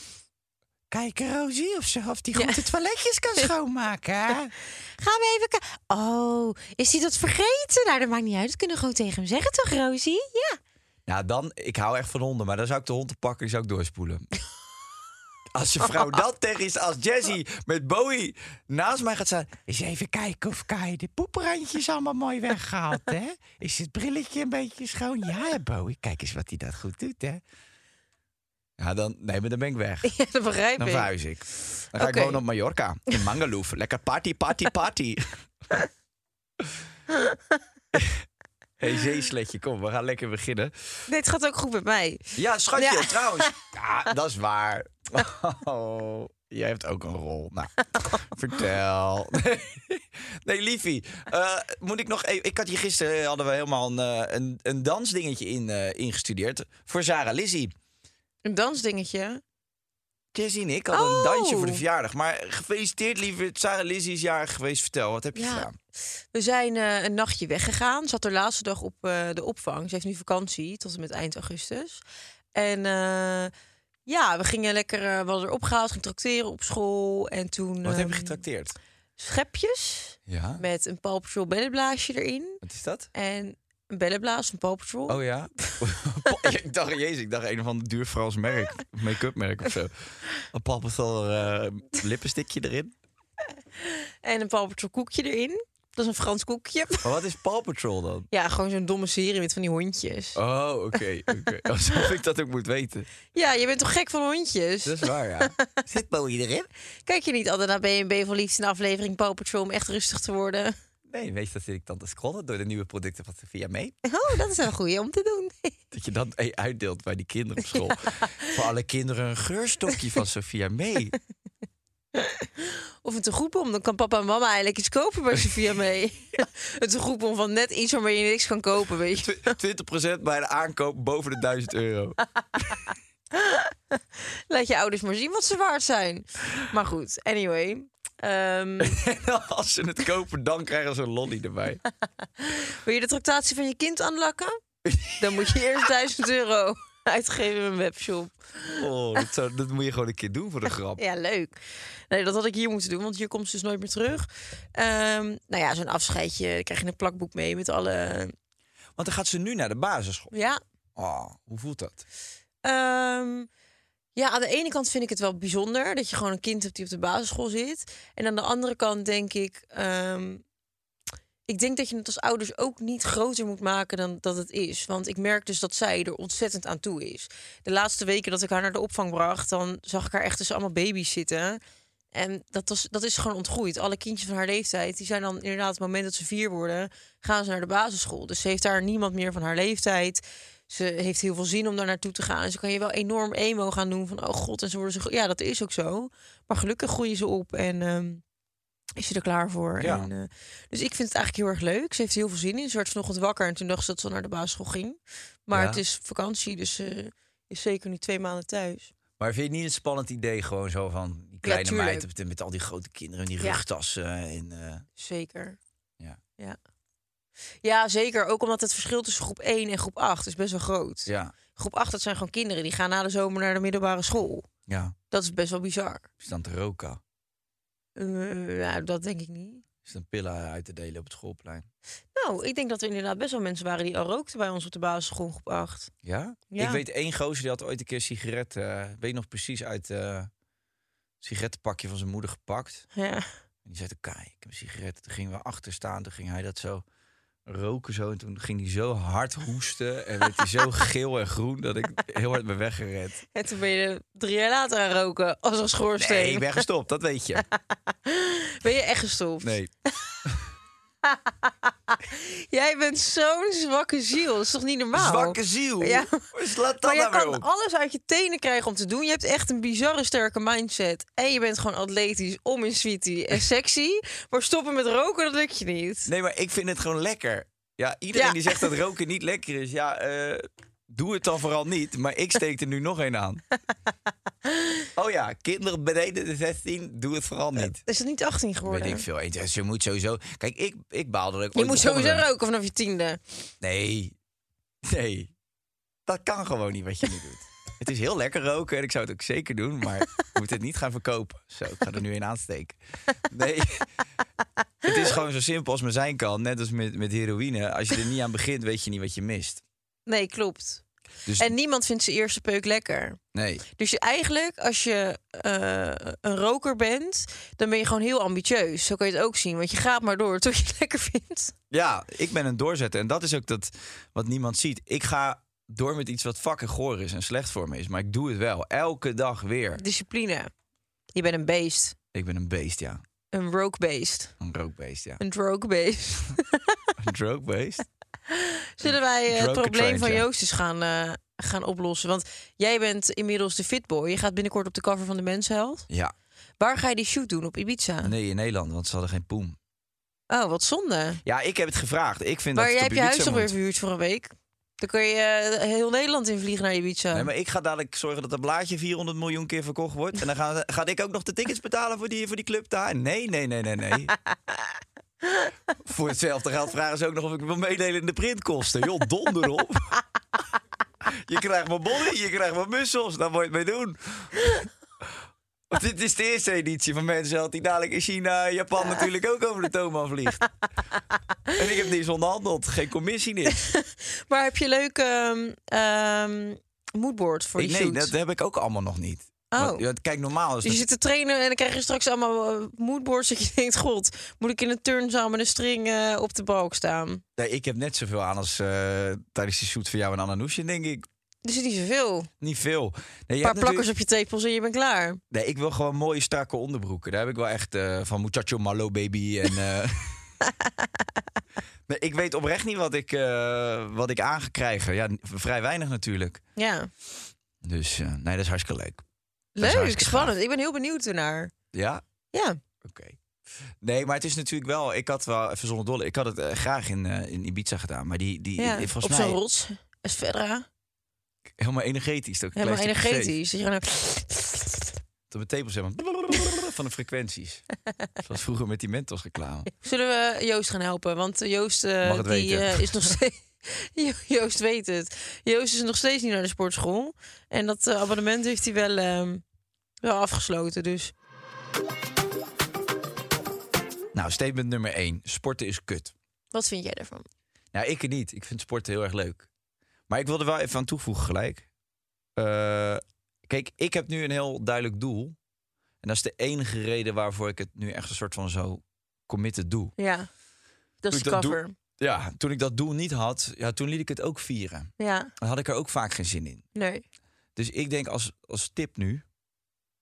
C: Kijk, Rosie of zo, of die goed de toiletjes kan schoonmaken.
G: Gaan we even kijken. Oh, is hij dat vergeten? Nou, dat maakt niet uit. Dat kunnen we gewoon tegen hem zeggen, toch, Rosie? Ja.
C: Ja, dan, ik hou echt van honden, maar dan zou ik de hond te pakken, die zou ik doorspoelen. Als je vrouw dat tegen is, als Jessie met Bowie naast mij gaat staan. Eens even kijken of Kai de poeprandjes allemaal mooi weggehaald, hè? Is het brilletje een beetje schoon? Ja, hè, Bowie, kijk eens wat hij dat goed doet, hè? Ja, dan, nee, maar dan ben ik weg.
G: Ja, dat begrijp
C: Dan
G: ik.
C: verhuis ik. Dan ga
G: Oké.
C: ik wonen op Mallorca. In Mangaloof. Lekker party, party, party. Hé, hey, zeesletje, kom. We gaan lekker beginnen.
G: Nee, het gaat ook goed met mij.
C: Ja, schatje,
G: Ja.
C: trouwens. Ja, dat is waar. Oh, jij hebt ook een rol. Nou, vertel. Nee, liefie. eh, moet ik nog even... Ik had hier gisteren... hadden we helemaal een, eh, een, een dansdingetje in, eh, ingestudeerd. Voor Sarah Lizzie.
G: Een dansdingetje.
C: Jesse en ik hadden een dansje
G: Oh.
C: voor de verjaardag. Maar gefeliciteerd, lieve Sarah Lizzie is jarig geweest. Vertel, wat heb je
G: Ja.
C: gedaan?
G: We zijn eh, een nachtje weggegaan. Zat haar laatste dag op eh, de opvang. Ze heeft nu vakantie tot en met eind augustus. En eh, ja, we gingen lekker, eh, we hadden haar opgehaald, gingen tracteren op school. En toen...
C: Wat heb
G: ehm,
C: je getrakteerd?
G: Schepjes
C: Ja,
G: met een Paw Patrol bellenblaasje erin.
C: wat is dat?
G: En een bellenblaas, een Paw Patrol.
C: Oh ja. Pa- ik dacht, jezus, ik dacht een of ander duur Frans merk. Make-up merk of zo. Een pappetal eh lippenstickje erin.
G: En een Paw Patrol koekje erin. Dat is een Frans koekje.
C: Maar wat is Paw Patrol dan?
G: Ja, gewoon zo'n domme serie met van die hondjes.
C: Oh, oké. oké. Alsof ik dat ook moet weten.
G: Ja, je bent toch gek van hondjes?
C: Dat is waar, ja. Zit Bowie erin?
G: Kijk je niet altijd naar BNB voor liefst een aflevering Paw Patrol om echt rustig te worden?
C: Nee, meestal zit ik dan te scrollen door de nieuwe producten van Sophia mee.
G: Oh, dat is wel een goeie om te doen.
C: Dat je dan eh, uitdeelt bij die kinderen op school. Voor alle kinderen een geurstokje van Sophia mee.
G: Of een tegoedbom, dan kan papa en mama eigenlijk iets kopen bij Sophia mee. Een tegoedbom van net iets waarmee je niks kan kopen, weet je.
C: Tw- 20% bij de aankoop boven de 1000 euro.
G: Laat je ouders maar zien wat ze waard zijn. Maar goed, anyway. Ehm,
C: En als ze het kopen, dan krijgen ze een lolly erbij.
G: wil je de tractatie van je kind aanlakken? Dan moet je eerst 1000 euro uitgeven in een webshop.
C: Oh, dat, zou- dat moet je gewoon een keer doen voor de grap.
G: Ja, leuk. Nee, dat had ik hier moeten doen, want hier komt ze dus nooit meer terug. Ehm, nou ja, zo'n afscheidje, dan krijg je een plakboek mee met alle...
C: Want dan gaat ze nu naar de basisschool.
G: Ja,
C: Oh, hoe voelt dat?
G: Ehm, ja, aan de ene kant vind ik het wel bijzonder dat je gewoon een kind hebt die op de basisschool zit. En aan de andere kant denk ik, ehm, ik denk dat je het als ouders ook niet groter moet maken dan dat het is. Want ik merk dus dat zij er ontzettend aan toe is. De laatste weken dat ik haar naar de opvang bracht, dan zag ik haar echt tussen allemaal baby's zitten. En dat, was, dat is gewoon ontgroeid. Alle kindjes van haar leeftijd, die zijn dan inderdaad op het moment dat ze vier worden, gaan ze naar de basisschool. Dus ze heeft daar niemand meer van haar leeftijd. Ze heeft heel veel zin om daar naartoe te gaan. En ze kan je wel enorm emo gaan doen van, oh god, en ze worden zo... Ja, dat is ook zo. Maar gelukkig groeien ze op en ehm, is ze er klaar voor.
C: Ja.
G: En, eh, dus ik vind het eigenlijk heel erg leuk. Ze heeft heel veel zin in. Ze werd vanochtend wakker en toen dacht ze dat ze al naar de basisschool ging. Maar
C: Ja.
G: het is vakantie, dus ze is zeker nu twee maanden thuis.
C: Maar vind je het niet een spannend idee gewoon zo van die kleine
G: tuurlijk.
C: meid met, met al die grote kinderen en die
G: Ja.
C: rugtassen en eh,
G: Zeker.
C: ja.
G: Ja. ja, zeker. Ook omdat het verschil tussen groep 1 en groep 8 is best wel groot.
C: ja,
G: Groep 8, dat zijn gewoon kinderen. Die gaan na de zomer naar de middelbare school.
C: ja,
G: Dat is best wel bizar.
C: is dan te roken,
G: Eh, ja, dat denk ik niet.
C: is dan pillen uit te delen op het schoolplein.
G: Nou, ik denk dat er inderdaad best wel mensen waren die al rookten bij ons op de basisschool groep 8.
C: Ja?
G: Ja.
C: Ik weet één gozer die had ooit een keer sigaret, eh, weet ik nog precies uit eh, het sigarettenpakje van zijn moeder gepakt.
G: Ja.
C: En die zei, Kai, ik heb een sigaret. Toen gingen we achter staan, toen ging hij dat zo roken zo. En toen ging hij zo hard hoesten en werd hij zo geel en groen dat ik heel hard ben weggered.
G: En toen ben je drie jaar later aan roken als een schoorsteen.
C: Nee, ik ben gestopt, dat weet je.
G: Ben je echt gestopt?
C: Nee,
G: Jij bent zo'n zwakke ziel. Dat is toch niet normaal?
C: zwakke ziel.
G: Ja.
C: Slaat dat
G: Maar je
C: nou weer
G: kan
C: op.
G: alles uit je tenen krijgen om te doen. Je hebt echt een bizarre sterke mindset. En je bent gewoon atletisch, om in sweetie en sexy. Maar stoppen met roken, dat lukt je niet.
C: Nee, maar ik vind het gewoon lekker. Ja, iedereen
G: Ja.
C: die zegt dat roken niet lekker is, ja, eh, doe het dan vooral niet. Maar ik steek er nu nog een aan. Oh ja, kinderen beneden de 16, doe het vooral niet.
G: Is het niet 18 geworden?
C: Weet ik veel. Eentje, Ze moet sowieso. Kijk, ik, ik baal dat ik.
G: Je
C: ooit
G: moet
C: begonnen
G: sowieso
C: ben.
G: roken vanaf je tiende.
C: Nee. Nee. Dat kan gewoon niet wat je nu doet. Het is heel lekker roken en ik zou het ook zeker doen, maar ik moet het niet gaan verkopen. Zo, ik ga er nu een aansteken. Nee. Het is gewoon zo simpel als maar zijn kan. Net als met, met heroïne. Als je er niet aan begint, weet je niet wat je mist.
G: Nee, klopt.
C: Dus
G: En niemand vindt zijn eerste peuk lekker.
C: nee.
G: Dus je eigenlijk, als je eh, een roker bent, dan ben je gewoon heel ambitieus. Zo kan je het ook zien. Want je gaat maar door tot je het lekker vindt.
C: Ja, ik ben een doorzetter. En dat is ook dat wat niemand ziet. Ik ga door met iets wat fucking goor is en slecht voor me is. Maar ik doe het wel. Elke dag weer.
G: Discipline. Je bent een beest.
C: Ik ben een beest, ja.
G: Een rookbeest.
C: Een rookbeest, ja.
G: Een droogbeest.
C: Een droogbeest.
G: Zullen wij eh, het
C: Drug
G: probleem van
C: train, ja.
G: Joost eens gaan, eh, gaan oplossen? Want jij bent inmiddels de fitboy. Je gaat binnenkort op de cover van de Mensheld.
C: Ja.
G: Waar ga je die shoot doen? Op Ibiza?
C: Nee, in Nederland, want ze hadden geen poem.
G: Oh, wat zonde.
C: Ja, ik heb het gevraagd. Ik vind
G: maar
C: dat
G: jij
C: het
G: hebt
C: op
G: je
C: Ibiza
G: huis toch
C: moet.
G: weer verhuurd voor een week? Dan kun je eh, heel Nederland in vliegen naar Ibiza.
C: Nee, maar ik ga dadelijk zorgen dat dat blaadje 400 miljoen keer verkocht wordt. En dan ga, ga ik ook nog de tickets betalen voor die, voor die club daar. Nee, nee, nee, nee, nee. voor hetzelfde geld vragen ze ook nog of ik wil meedelen in de printkosten. Joh, donder op. je krijgt mijn body, je krijgt mijn mussels. Daar moet je het mee doen. Want dit is de eerste editie van Mensheld die dadelijk in China en Japan natuurlijk ook over de toon vliegt. en ik heb niets onderhandeld. Geen commissie, niks.
G: Maar heb je leuk ehm ehm, moodboard voor
C: Ik-
G: je
C: nee,
G: shoot?
C: dat heb ik ook allemaal nog niet.
G: Oh.
C: Want, ja, kijk, normaal is
G: Dus je
C: het-
G: zit te trainen en dan krijg je straks allemaal eh, moodboards dat je denkt... God, moet ik in een turnzaal met een string eh, op de balk staan?
C: Nee, ik heb net zoveel aan als eh, tijdens die shoot van jou en Ananousje, denk ik.
G: Er zit niet zoveel. Een
C: Niet veel. Nee, je
G: paar
C: hebt
G: plakkers
C: natuurlijk-
G: op je tepels en je bent klaar.
C: Nee, ik wil gewoon mooie, strakke onderbroeken. Daar heb ik wel echt eh, van muchacho malo baby en... eh, nee, ik weet oprecht niet wat ik, eh wat ik aan ga krijgen. Ja, n- vrij weinig natuurlijk.
G: Ja,
C: Dus eh, nee, dat is hartstikke leuk. Dat is
G: leuk,
C: hartstikke
G: spannend. Ik ben heel benieuwd ernaar.
C: Ja?
G: Ja,
C: Oké. Nee, maar het is natuurlijk wel... Ik had wel, even zonder dolle, ik had het eh, graag in, eh, in Ibiza gedaan. Maar die, die,
G: ja.
C: die- volgens
G: op
C: mij
G: zo'n rots. Is verder
C: helemaal energetisch. dat ik een
G: helemaal
C: klein stukje zweef.
G: energetisch. Dat je gewoon
C: Dat mijn tepels helemaal van de frequenties. Zoals vroeger met die Mentos reclame.
G: Zullen we Joost gaan helpen? Want Joost eh,
C: Mag het
G: die,
C: weten.
G: eh, is nog steeds. Jo- Joost weet het. Joost is nog steeds niet naar de sportschool. En dat eh, abonnement heeft hij wel, ehm, wel afgesloten. Dus
C: Nou, statement nummer 1. Sporten is kut.
G: wat vind jij daarvan?
C: Nou, ik niet. Ik vind sporten heel erg leuk. Maar ik wil er wel even aan toevoegen gelijk. Eh, kijk, ik heb nu een heel duidelijk doel. En dat is de enige reden waarvoor ik het nu echt een soort van zo committed doe.
G: Ja, dat
C: Doe
G: is
C: ik
G: de
C: dat
G: cover.
C: Ja, toen ik dat doel niet had, ja, toen liet ik het ook vieren.
G: Ja,
C: Dan had ik er ook vaak geen zin in.
G: nee.
C: Dus ik denk als, als tip nu,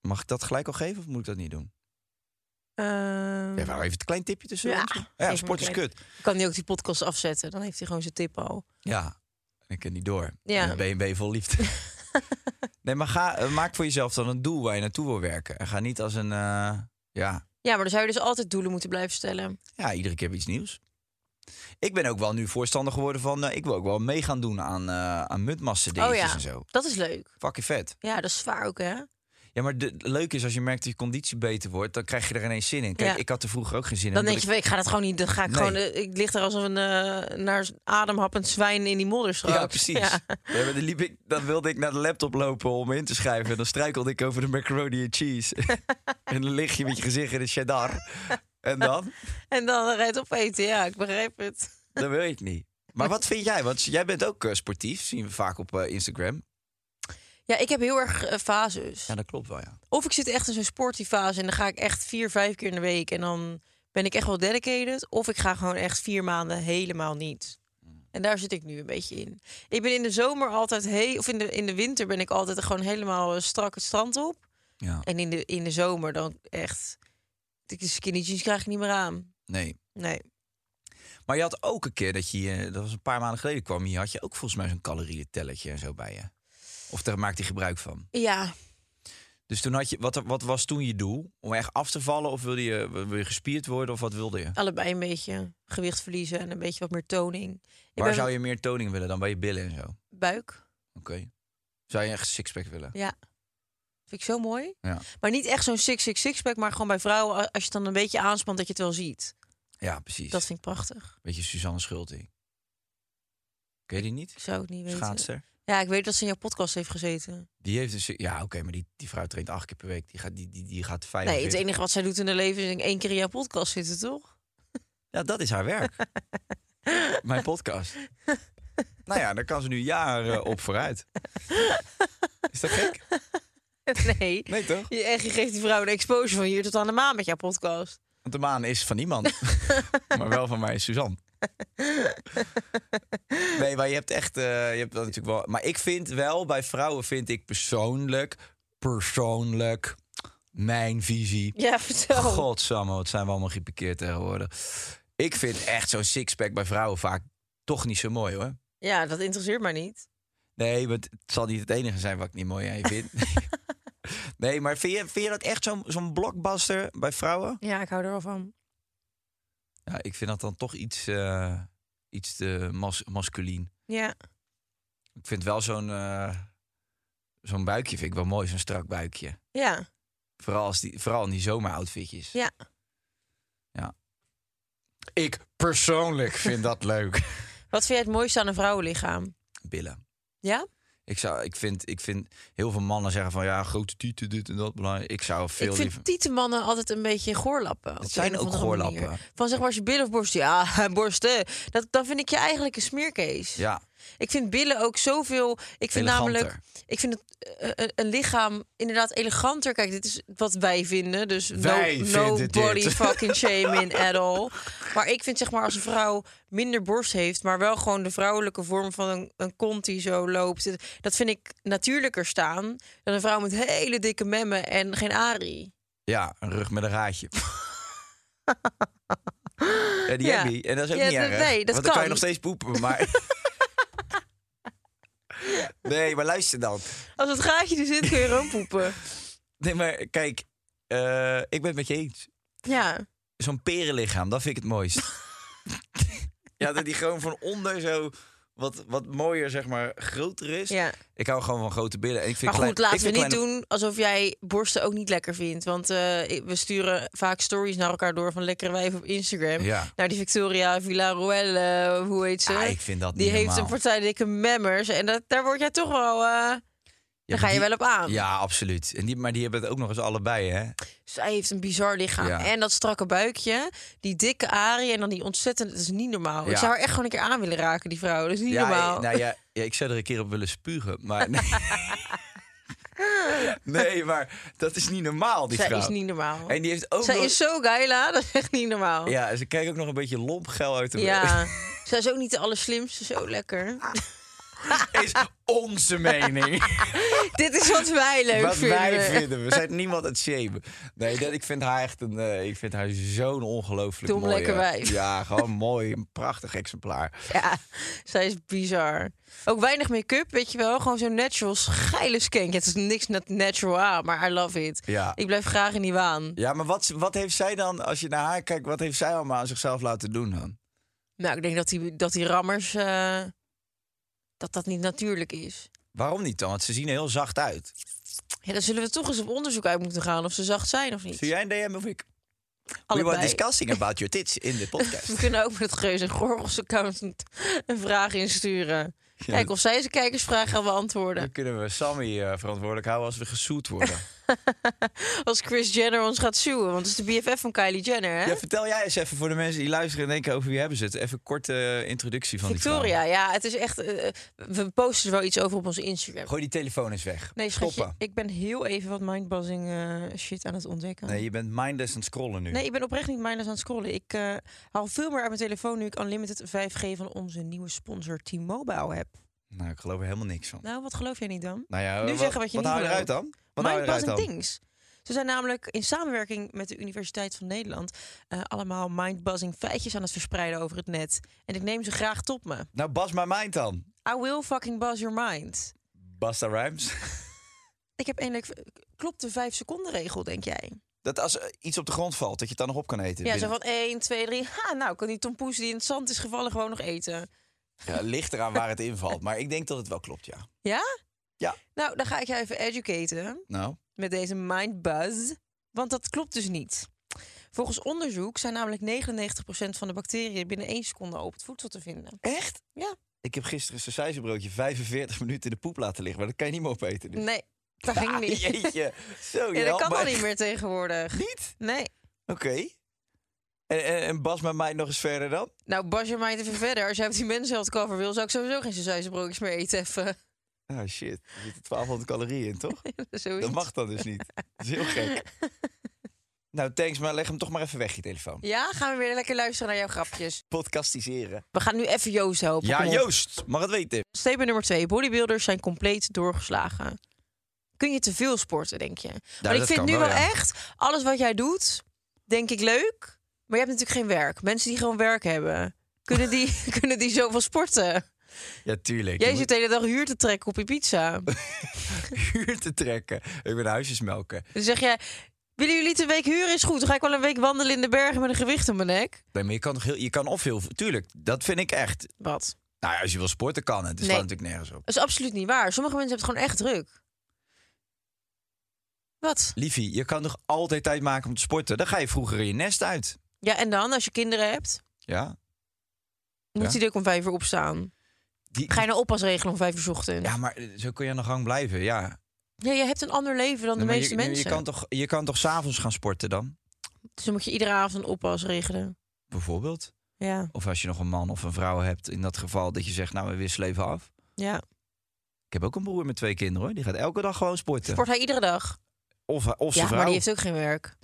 C: mag ik dat gelijk al geven of moet ik dat niet doen?
G: Ehm,
C: Ja, wou even het klein tipje tussen.
G: Ja,
C: ons doen? ja
G: geef
C: sport
G: me
C: is
G: een
C: kut.
G: kan hij ook die podcast afzetten? Dan heeft hij gewoon zijn tip al.
C: Ja, en ik kan niet door.
G: Ja.
C: Ja. BNB vol liefde. nee, maar ga, eh, maak voor jezelf dan een doel waar je naartoe wil werken. En ga niet als een, eh, ja,
G: Ja, maar dan zou je dus altijd doelen moeten blijven stellen.
C: ja, iedere keer weer iets nieuws. Ik ben ook wel nu voorstander geworden van, eh, ik wil ook wel mee gaan doen aan, eh aan muntmassen
G: oh ja,
C: en zo.
G: dat is leuk.
C: Fucking vet.
G: Ja, dat is zwaar ook, hè?
C: Ja, maar de- het leuke is als je merkt dat je conditie beter wordt, dan krijg je er ineens zin in. Kijk,
G: Ja.
C: ik had er vroeger ook geen zin
G: Dan
C: in.
G: denk je,
C: omdat
G: van, ik ga dat gewoon niet. Dan ga ik
C: Nee.
G: gewoon. eh, Ik lig daar als een eh, naar ademhappend zwijn in die modder
C: ik-
G: straks.
C: Ja, precies.
G: Ja.
C: Ja, maar dan, liep ik, dan wilde ik naar de laptop lopen om in te schrijven. En dan struikelde ik over de macaroni en cheese. en dan lig je met je gezicht in de cheddar. En dan?
G: En dan rijdt opeten. Ja, ik begrijp het.
C: Dan wil je het niet. Maar wat vind jij? Want jij bent ook eh, sportief, zien we vaak op eh, Instagram.
G: Ja, ik heb heel erg eh, fases.
C: Ja, dat klopt wel, ja.
G: Of ik zit echt in zo'n sporty fase en dan ga ik echt vier, vijf keer in de week. En dan ben ik echt wel dedicated. Of ik ga gewoon echt vier maanden helemaal niet.
C: Mm.
G: En daar zit ik nu een beetje in. Ik ben in de zomer altijd heel. Of in de, in de winter ben ik altijd gewoon helemaal eh, strak het strand op.
C: ja.
G: En in de, in de zomer dan echt. De skinny jeans krijg ik niet meer aan.
C: Nee.
G: Nee.
C: Maar je had ook een keer dat je, eh, dat was een paar maanden geleden kwam, hier had je ook volgens mij zo'n calorieëntelletje en zo bij je. Of daar maakte je gebruik van.
G: Ja,
C: Dus toen had je, wat, wat was toen je doel? Om echt af te vallen of wilde je, wil je gespierd worden of wat wilde je?
G: allebei een beetje gewicht verliezen en een beetje wat meer toning. Ik
C: Waar
G: ben
C: zou je meer toning willen dan bij je billen en zo? Oké.
G: buik?
C: Zou je echt sixpack willen?
G: Ja. Vind ik zo mooi.
C: Ja.
G: Maar niet echt zo'n 666 pack, maar gewoon bij vrouwen a- als je het dan een beetje aanspant dat je het wel ziet.
C: Ja, precies.
G: Dat vind ik prachtig.
C: Beetje Suzanne Schulte. Ken je die niet?
G: Ik zou het niet weten.
C: Schaatster.
G: Ja, ik weet dat ze in jouw podcast heeft gezeten.
C: Die heeft een... si- Ja, oké, maar die, die vrouw traint acht keer per week. Die gaat, die, die, die gaat vijf
G: Nee, het enige wat zij doet in haar leven is denk ik één keer in jouw podcast zitten, toch?
C: Ja, dat is haar werk. Mijn podcast. nou ja, daar kan ze nu jaren op vooruit. Is dat gek?
G: Nee.
C: Nee, toch?
G: Je, echt, je geeft die vrouw een exposure van hier tot aan de maan met jouw podcast.
C: Want de maan is van niemand. maar wel van mij is Suzanne. nee, maar je hebt echt... eh, je hebt dat natuurlijk wel... Maar ik vind wel, bij vrouwen vind ik persoonlijk... Persoonlijk... Mijn visie...
G: Ja, vertel.
C: Godsamme, wat zijn we allemaal gepikeerd tegenwoordig. Ik vind echt zo'n sixpack bij vrouwen vaak toch niet zo mooi, hoor.
G: Ja, dat interesseert mij niet.
C: Nee, want het zal niet het enige zijn wat ik niet mooi aan je vind. nee, maar vind je, vind je dat echt zo'n zo'n blockbuster bij vrouwen?
G: Ja, ik hou er wel van.
C: Ja, ik vind dat dan toch iets, eh, iets te mas masculien.
G: Ja.
C: Ik vind wel zo'n eh, zo'n buikje vind ik wel mooi, zo'n strak buikje.
G: Ja,
C: Vooral, als die, vooral in die zomeroutfitjes.
G: ja.
C: Ik persoonlijk vind dat leuk.
G: Wat vind jij het mooiste aan een vrouwenlichaam?
C: Billen.
G: Ja?
C: Ik, zou, ik, vind, ik vind heel veel mannen zeggen van ja, grote tieten, dit en dat belangrijk. Ik zou veel
G: ik vind
C: liever.
G: tietenmannen altijd een beetje goorlappen. op de
C: zijn
G: een of
C: ook
G: andere manier.
C: goorlappen.
G: Van zeg maar als je billen of borsten, ja, borsten. Dat, dan vind ik je eigenlijk een smeerkees.
C: Ja,
G: Ik vind billen ook zoveel. Ik vind
C: Eleganter.
G: namelijk. Ik vind het, eh, een, een lichaam inderdaad eleganter. Kijk, dit is wat wij vinden. Dus
C: Wij
G: no,
C: vinden
G: no
C: dit.
G: body fucking shaming at all. Maar ik vind zeg maar als een vrouw minder borst heeft, maar wel gewoon de vrouwelijke vorm van een, een kont die zo loopt. Dat vind ik natuurlijker staan dan een vrouw met hele dikke memmen en geen ari.
C: ja, een rug met een raadje. ja, die
G: Ja.
C: heb je. En dat is ook
G: Ja,
C: niet
G: dat-
C: erg.
G: nee, dat
C: want dan kan je
G: kan.
C: nog steeds poepen, maar... nee, maar luister dan.
G: Als het gaatje er zit, kun je gewoon poepen.
C: Nee, maar kijk, eh, ik ben het met je eens.
G: Ja.
C: Zo'n perenlichaam, dat vind ik het mooist. ja, dat die gewoon van onder zo wat, wat mooier, zeg maar, groter is.
G: Ja.
C: Ik hou gewoon van grote billen. En ik vind
G: Maar goed,
C: klein-
G: laten we
C: ik
G: niet
C: vind kleine-
G: doen alsof jij borsten ook niet lekker vindt. Want eh, we sturen vaak stories naar elkaar door van lekkere wijven op Instagram.
C: Ja.
G: Naar die Victoria Villarroel, eh, hoe heet ze?
C: Ah, ik vind dat
G: die
C: niet
G: heeft
C: normaal.
G: een partij dikke memmers. En dat, daar word jij toch wel... eh, daar ga
C: maar
G: je
C: die-
G: wel op aan.
C: Ja, absoluut. En die, maar die hebben het ook nog eens allebei, hè?
G: Zij heeft een bizar lichaam.
C: Ja.
G: En dat strakke buikje, die dikke arie en dan die ontzettend... Dat is niet normaal.
C: Ja.
G: Ik zou haar echt gewoon een keer aan willen raken, die vrouw. Dat is niet
C: ja,
G: normaal.
C: nou ja, ja, ik zou er een keer op willen spugen, maar... Nee, Nee, maar dat is niet normaal, die
G: Zij
C: vrouw.
G: is niet normaal.
C: En die heeft ook
G: Zij
C: nog-
G: is zo geila, dat is echt niet normaal.
C: Ja, ze kijkt ook nog een beetje lomp geil uit de
G: Ja, zij is ook niet de allerslimste, zo lekker.
C: is onze mening.
G: Dit is wat wij leuk
C: Wat
G: vinden.
C: wij vinden. We zijn niemand aan het shamen. Nee, dat, ik vind haar echt een. eh, ik vind haar zo'n ongelooflijk
G: Dom
C: mooie.
G: lekker wijf.
C: Ja, gewoon mooi. Een prachtig exemplaar.
G: Ja, zij is bizar. Ook weinig make-up, weet je wel. Gewoon zo'n natural, geile skank. Het is niks nat natural aan, maar I love it.
C: Ja.
G: Ik blijf graag in die waan.
C: Ja, maar wat, wat heeft zij dan, als je naar haar kijkt, wat heeft zij allemaal aan zichzelf laten doen dan?
G: Nou, ik denk dat die, dat die rammers... eh, dat dat niet natuurlijk is.
C: Waarom niet dan? Want ze zien er heel zacht uit.
G: Ja, dan zullen we toch eens op onderzoek uit moeten gaan... of ze zacht zijn of niet.
C: Zie jij een DM of ik? We
G: Allebei.
C: were discussing about your tits in de
G: We
C: podcast.
G: kunnen ook met het Geus en Gorgels account een- een vraag insturen. Kijk of zij zijn kijkersvraag gaan beantwoorden.
C: Dan kunnen we Sammy eh, verantwoordelijk houden als we gesoet worden.
G: Als Chris Jenner ons gaat zoeken, want het is de BFF van Kylie Jenner, hè?
C: Ja, vertel jij eens even voor de mensen die luisteren en denken over wie hebben ze het. Even een korte eh, introductie van die
G: Victoria,
C: vrouw.
G: ja, het is echt... eh, eh, we posten er wel iets over op onze Instagram.
C: Gooi die telefoon eens weg.
G: Nee,
C: Stoppen.
G: schatje, ik ben heel even wat mindbuzzing eh, shit aan het ontdekken.
C: Nee, je bent mindless aan het scrollen nu.
G: Nee, ik ben oprecht niet mindless aan het scrollen. Ik eh, haal veel meer uit mijn telefoon nu ik Unlimited 5G van onze nieuwe sponsor T-Mobile heb.
C: Nou, ik geloof er helemaal niks van.
G: Nou, wat geloof jij niet dan?
C: Nou ja,
G: nu
C: wa-
G: zeggen wat je
C: wat
G: niet
C: hou je eruit
G: gelooft.
C: dan? Wat hou je eruit
G: Mindbuzzing
C: dan?
G: things. Ze zijn namelijk in samenwerking met de Universiteit van Nederland eh, allemaal mindbuzzing feitjes aan het verspreiden over het net. En ik neem ze graag tot me.
C: Nou, Bas maar mind dan.
G: I will fucking buzz your mind.
C: Basta Rhymes.
G: Ik heb eindelijk. Klopt de vijf seconden regel, denk jij?
C: Dat als eh, iets op de grond valt, dat je het dan nog op kan eten.
G: Ja, zo
C: binnen-
G: van 1, 2, 3. Ha, nou kan die tompoes die in het zand is gevallen gewoon nog eten.
C: Ja, ligt eraan waar het invalt. Maar ik denk dat het wel klopt, ja.
G: Ja?
C: Ja.
G: Nou, dan ga ik jou even educaten.
C: Nou,
G: met deze mindbuzz. Want dat klopt dus niet. Volgens onderzoek zijn namelijk 99% van de bacteriën binnen 1 seconde op het voedsel te vinden. Echt? Ja.
C: ik heb gisteren een sausijzenbroodje 45 minuten in de poep laten liggen. Maar dat kan je niet meer opeten. Dus.
G: Nee, dat ging niet.
C: Ah, jeetje. Zo,
G: Ja, dat
C: helpt
G: kan
C: me
G: al niet
C: echt
G: meer tegenwoordig.
C: Niet?
G: Nee.
C: Oké. En, en, en Bas maar mij nog eens verder dan?
G: Nou, Bas, je maakt even verder. Als jij op die mensen het cover wil, zou ik sowieso geen sausijzenbroodjes meer eten. Even.
C: Ah, shit. Er zitten 1200 calorieën in, toch?
G: Zoiets.
C: Dat mag dan dus niet. Dat is heel gek. Nou, thanks, maar leg hem toch maar even weg, je telefoon.
G: Ja, gaan we weer lekker luisteren naar jouw grapjes.
C: Podcastiseren.
G: We gaan nu even Joost helpen.
C: Ja,
G: kom op.
C: Joost, mag het weten.
G: Statement nummer twee. Bodybuilders zijn compleet doorgeslagen. Kun je te veel sporten, denk je? maar ik
C: dat
G: vind
C: kan
G: nu wel,
C: wel, ja.
G: echt, alles wat jij doet, denk ik leuk. Maar je hebt natuurlijk geen werk. Mensen die gewoon werk hebben, kunnen die, kunnen die zoveel sporten?
C: Ja, tuurlijk.
G: Jij
C: Je
G: zit de hele dag huur te trekken op je pizza.
C: moet huur te trekken. Ik ben huisjesmelken.
G: Dan zeg jij, willen jullie het een week huren? Is goed, dan ga ik wel een week wandelen in de bergen met een gewicht om mijn nek.
C: Nee, maar je kan, toch heel, je kan of heel... Tuurlijk, dat vind ik echt.
G: Wat?
C: Nou ja, als je wil sporten kan het. Het
G: Nee.
C: slaat natuurlijk nergens op.
G: Dat is absoluut niet waar. Sommige mensen hebben het gewoon echt druk. Wat?
C: Liefie, je kan toch altijd tijd maken om te sporten? Dan ga je vroeger in je nest uit.
G: Ja, en dan, als je kinderen hebt,
C: Ja.
G: moet
C: Ja.
G: die ook om vijf uur opstaan.
C: Die,
G: Ga je nou oppas regelen om vijf uur 's ochtend?
C: ja, maar eh, zo kun je aan de gang blijven, ja.
G: Ja, je hebt een ander leven dan de
C: Maar je-
G: meeste
C: je,
G: mensen.
C: Je kan toch, je kan toch s'avonds gaan sporten dan?
G: Dus dan moet je iedere avond een oppas regelen.
C: Bijvoorbeeld.
G: Ja,
C: Of als je nog een man of een vrouw hebt, in dat geval dat je zegt, nou, we wisselen even af.
G: ja.
C: Ik heb ook een broer met twee kinderen, hoor. Die gaat elke dag gewoon sporten.
G: Sport hij iedere dag?
C: Of, eh, of zijn
G: Ja,
C: vrouw.
G: maar die heeft ook geen werk.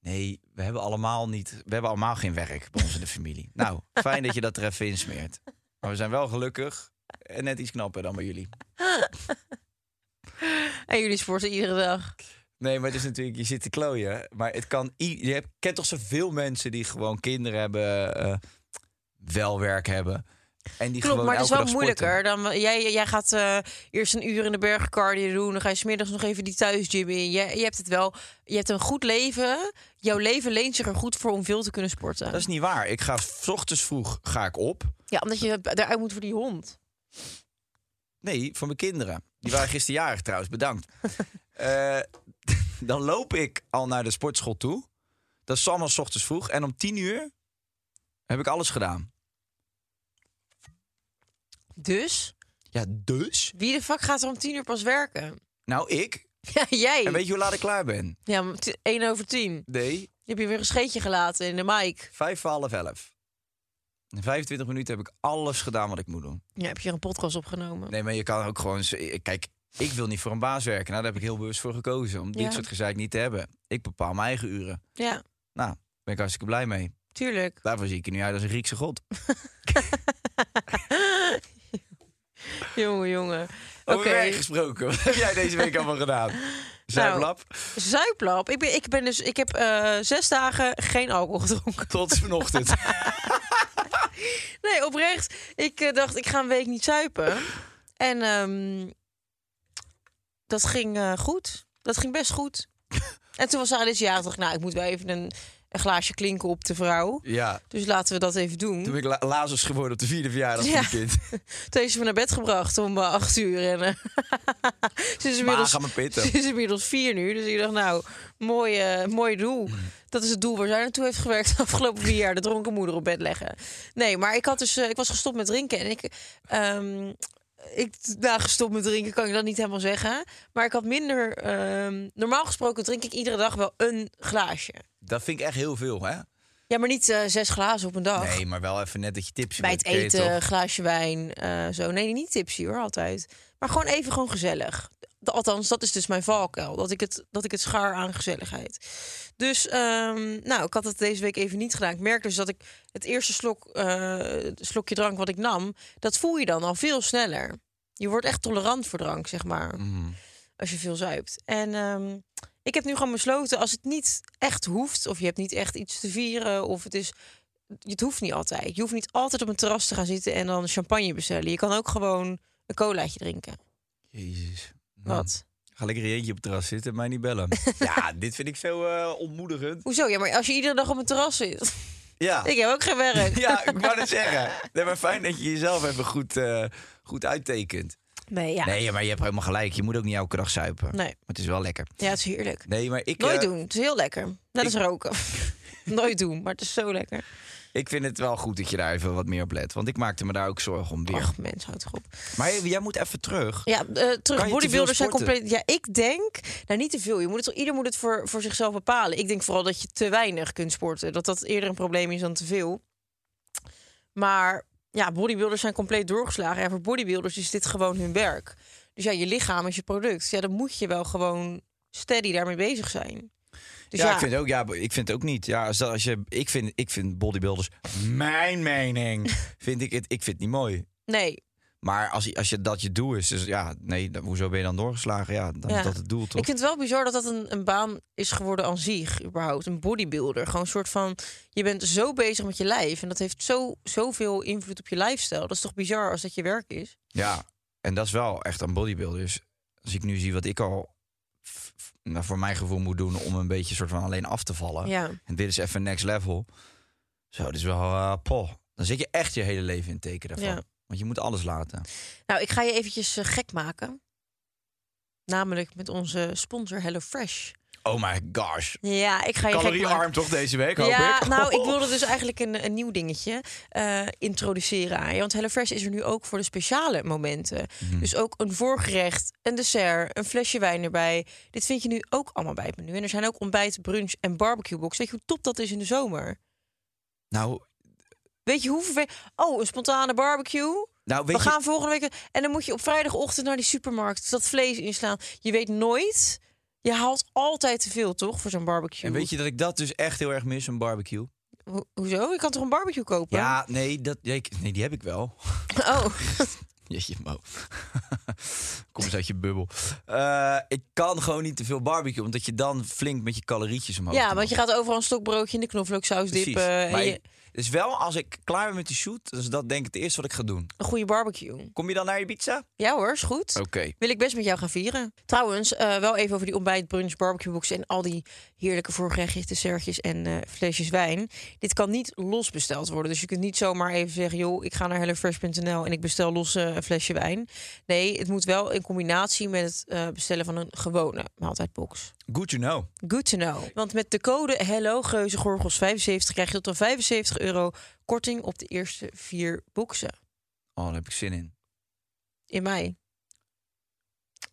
C: Nee, we hebben allemaal niet. We hebben allemaal geen werk bij ons in de familie. Nou, fijn dat je dat er even insmeert. Maar we zijn wel gelukkig en net iets knapper dan bij jullie.
G: En jullie sporten iedere dag.
C: Nee, maar het is natuurlijk, je zit te klooien. Maar het kan. i- Je hebt, kent toch zoveel mensen die gewoon kinderen hebben, eh, wel werk hebben. En die
G: Klopt,
C: gewoon
G: maar het is
C: elke
G: wel
C: dag sporten.
G: moeilijker. Dan, we- jij, jij gaat eh, eerst een uur in de berg cardio doen. Dan ga je smiddags nog even die thuisgym in. Je, je hebt het wel. Je hebt een goed leven. Jouw leven leent zich er goed voor om veel te kunnen sporten.
C: Dat is niet waar. Ik ga s ochtends vroeg ga ik op.
G: Ja, omdat je eruit moet voor die hond.
C: Nee, voor mijn kinderen. Die waren gisteren jarig trouwens, bedankt. Eh, dan loop ik al naar de sportschool toe. Dat is allemaal 's ochtends vroeg. En om tien uur heb ik alles gedaan.
G: Dus
C: Ja, dus?
G: wie de fuck gaat er om tien uur pas werken?
C: Nou, ik.
G: Ja, jij.
C: En weet je hoe laat ik klaar ben?
G: Ja, om t- één over tien.
C: Nee,
G: Je hebt je weer een scheetje gelaten in de mic.
C: vijf voor half elf. In 25 minuten heb ik alles gedaan wat ik moet doen.
G: Ja, heb je een podcast opgenomen?
C: Nee, maar je kan ook gewoon... z- eh, Kijk, ik wil niet voor een baas werken. Nou, daar heb ik heel bewust voor gekozen. Om
G: Ja.
C: dit soort gezeik niet te hebben. Ik bepaal mijn eigen uren.
G: Ja,
C: Nou, daar ben ik hartstikke blij mee.
G: tuurlijk.
C: Daarvoor zie ik er nu uit als een Griekse god.
G: jongen, jongen.
C: Over
G: Oké.
C: werk gesproken. Wat heb jij deze week allemaal gedaan? Zuiplap.
G: Nou. Zuiplap. Ik ben, ik ben dus. Ik heb eh, zes dagen geen alcohol gedronken.
C: Tot vanochtend.
G: Nee, oprecht. Ik eh, dacht, ik ga een week niet zuipen. En ehm, dat ging eh, goed. Dat ging best goed. En toen was Sarah dit jaar, dacht ik, nou, ik moet wel even een, een glaasje klinken op de vrouw.
C: ja,
G: Dus laten we dat even doen.
C: toen ben ik la- lazers geworden op de vierde verjaardag van
G: Ja.
C: mijn kind.
G: Toen is ze me naar bed gebracht om eh, acht uur. En, eh, ze, is inmiddels,
C: aan mijn pitten.
G: ze is inmiddels vier nu. Dus ik dacht, nou, mooi, eh, mooi doel. Dat is het doel waar zij naartoe heeft gewerkt de afgelopen vier jaar. De dronken moeder op bed leggen. Nee, maar ik, had dus, eh, ik was gestopt met drinken. En ik, ehm, ik, nou, gestopt met drinken kan ik dat niet helemaal zeggen. Maar ik had minder... ehm, normaal gesproken drink ik iedere dag wel een glaasje.
C: Dat vind ik echt heel veel, hè?
G: Ja, maar niet eh, zes glazen op een dag.
C: Nee, maar wel even net dat je tipsje
G: Bij het
C: wordt. Ken je
G: eten,
C: toch?
G: glaasje wijn, eh, zo. Nee, niet tipsy hoor, altijd. Maar gewoon even gewoon gezellig. D- Althans, dat is dus mijn valkuil. Dat ik het, dat ik het schaar aan gezelligheid. Dus, ehm, nou, ik had het deze week even niet gedaan. Ik merk dus dat ik het eerste slok, eh, slokje drank wat ik nam... dat voel je dan al veel sneller. Je wordt echt tolerant voor drank, zeg maar.
C: Mhm.
G: Als je veel zuipt. En ehm, ik heb nu gewoon besloten, als het niet echt hoeft... of je hebt niet echt iets te vieren... of het is het hoeft niet altijd. Je hoeft niet altijd op een terras te gaan zitten en dan champagne bestellen. Je kan ook gewoon een colaatje drinken.
C: Jezus. Nou,
G: Wat?
C: Ga lekker in je eentje op het terras zitten en mij niet bellen. ja, dit vind ik zo eh, ontmoedigend.
G: Hoezo? Ja, maar als je iedere dag op een terras zit.
C: Ja.
G: Ik heb ook geen werk.
C: ja, ik wou het zeggen. Nee, maar fijn dat je jezelf even goed, eh, goed uittekent.
G: Nee, ja.
C: Nee, maar je hebt helemaal gelijk. Je moet ook niet elke dag zuipen.
G: Nee.
C: Maar het is wel lekker.
G: Ja, het is heerlijk.
C: Nee, maar ik...
G: Nooit
C: eh,
G: doen. Het is heel lekker. Net als roken. Nooit doen, maar het is zo lekker.
C: Ik vind het wel goed dat je daar even wat meer op let. Want ik maakte me daar ook zorgen om weer.
G: Ach, mens, houd toch op.
C: Maar jij- jij moet even terug.
G: Ja, eh,
C: te
G: terug.
C: veel
G: Bodybuilders zijn
C: sporten?
G: compleet... Ja, ik denk... Nou, niet te veel. Je moet het, ieder moet het voor, voor zichzelf bepalen. Ik denk vooral dat je te weinig kunt sporten. Dat dat eerder een probleem is dan te veel. Maar ja, bodybuilders zijn compleet doorgeslagen. En voor bodybuilders is dit gewoon hun werk. Dus ja, je lichaam is je product. Ja, dan moet je wel gewoon steady daarmee bezig zijn. Dus
C: ja, Ik, vind het ook, ja, ik vind het ook niet. Ja, als, dat- als je, ik, vind, ik vind bodybuilders, mijn mening, vind ik, het, ik vind het niet mooi.
G: nee.
C: Maar als, je- als je, dat je doel is, dus ja, nee, dan, hoezo ben je dan doorgeslagen? Ja, dan
G: Ja.
C: is dat het doel toch?
G: Ik vind het wel bizar dat dat een, een baan is geworden aan zich, überhaupt. Een bodybuilder. Gewoon een soort van, je bent zo bezig met je lijf. En dat heeft zo, zoveel invloed op je lifestyle. Dat is toch bizar als dat je werk is?
C: Ja, en dat is wel echt aan bodybuilders. Als ik nu zie wat ik al f- f- nou, voor mijn gevoel moet doen om een beetje soort van alleen af te vallen.
G: Ja.
C: En dit is even next level. Zo, dit is wel, eh, poh. Dan zit je echt je hele leven in het teken daarvan.
G: Ja.
C: Want je moet alles laten.
G: Nou, ik ga je eventjes eh, gek maken. Namelijk met onze sponsor HelloFresh.
C: Oh my gosh.
G: Ja, ik ga je gek maken.
C: Caloriearm toch deze week, hoop
G: ja,
C: ik?
G: nou, ik wilde dus eigenlijk een, een nieuw dingetje eh, introduceren aan je. Want HelloFresh is er nu ook voor de speciale momenten.
C: Mhm.
G: Dus ook een voorgerecht, een dessert, een flesje wijn erbij. Dit vind je nu ook allemaal bij het menu. En er zijn ook ontbijt, brunch en barbecuebox. Weet je hoe top dat is in de zomer?
C: Nou,
G: Weet je hoe vervelend... Oh, een spontane barbecue?
C: nou weet
G: We
C: je...
G: gaan volgende week... En dan moet je op vrijdagochtend naar die supermarkt dat vlees inslaan. Je weet nooit... Je haalt altijd te veel, toch, voor zo'n barbecue?
C: En weet je dat ik dat dus echt heel erg mis, een barbecue?
G: Ho- hoezo? Je kan toch een barbecue kopen?
C: Ja, nee, dat, nee, ik- nee die heb ik wel.
G: Oh.
C: Jeetje, Mo. Kom eens uit je bubbel. Eh, ik kan gewoon niet te veel barbecue, omdat je dan flink met je calorietjes omhoog
G: Ja,
C: moet.
G: want je gaat overal een stokbroodje in de knoflooksaus
C: Precies.
G: dippen. En
C: Maar
G: je,
C: ik- dus wel, als ik klaar ben met die shoot, dus dat denk ik het eerste wat ik ga doen.
G: een goede barbecue.
C: Kom je dan naar Ibiza?
G: Ja hoor, is goed. Wil ik best met jou gaan vieren. Trouwens, eh, wel even over die ontbijt, brunch, barbecueboxen... en al die heerlijke voorgerechtjes, dessertjes en eh, flesjes wijn. Dit kan niet los besteld worden. Dus je kunt niet zomaar even zeggen... joh, ik ga naar hellofresh.nl en ik bestel los eh, een flesje wijn. Nee, het moet wel in combinatie met het eh, bestellen van een gewone maaltijdbox.
C: Good to know.
G: Good to know. Want met de code HelloGeuzeGorgels75 krijg je tot wel 75 euro korting op de eerste vier boxen.
C: Oh, daar heb ik zin in.
G: In mei.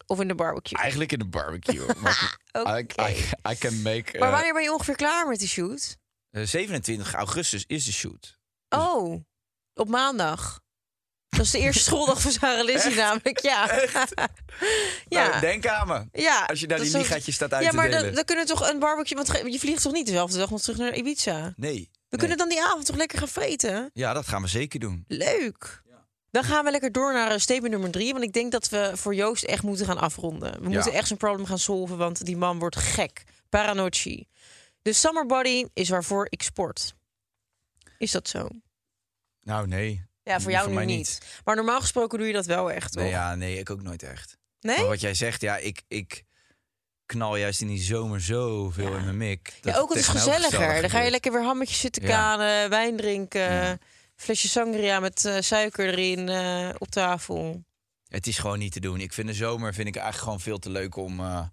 G: Of in de barbecue.
C: Eigenlijk in de barbecue. Maar
G: Oké.
C: can make... eh,
G: Maar wanneer ben je ongeveer klaar met de shoot?
C: 27 Eh, augustus is de shoot.
G: Oh, op maandag. Dat is de eerste schooldag van Sarah Lizzie namelijk, ja. ja.
C: Nou, Oh, denk aan me.
G: ja,
C: als je daar
G: dat
C: die
G: is ook-
C: ligatjes staat uit
G: Ja,
C: te
G: maar dan,
C: delen.
G: dan kunnen we toch een barbecue... Want ge- je vliegt toch niet dezelfde dag nog terug naar Ibiza? We
C: Nee. We
G: kunnen dan die avond toch lekker gaan vreten?
C: Ja, dat gaan we zeker doen.
G: Leuk. Dan gaan we lekker door naar eh, statement nummer drie. Want ik denk dat we voor Joost echt moeten gaan afronden.
C: Ja.
G: We moeten echt zijn probleem gaan solven, want die man wordt gek. Paranochi. De summer body is waarvoor ik sport. Is dat zo?
C: Nou, nee.
G: Ja, voor jou nu
C: mij
G: niet. Maar normaal gesproken doe je dat wel echt, toch?
C: Nee, ja, nee, ik ook nooit echt.
G: Nee?
C: Maar wat jij zegt, ja, ik, ik knal juist in die zomer zoveel in mijn mik.
G: Ja,
C: dat
G: ook het is
C: tegenovergestelde
G: gezelliger. Dan ga je
C: gebeurt.
G: lekker weer hammetjes zitten
C: Ja.
G: kanen, wijn drinken... flesje sangria met eh, suiker erin eh, op tafel.
C: Het is gewoon niet te doen. Ik vind de zomer vind ik eigenlijk gewoon veel te leuk om, eh,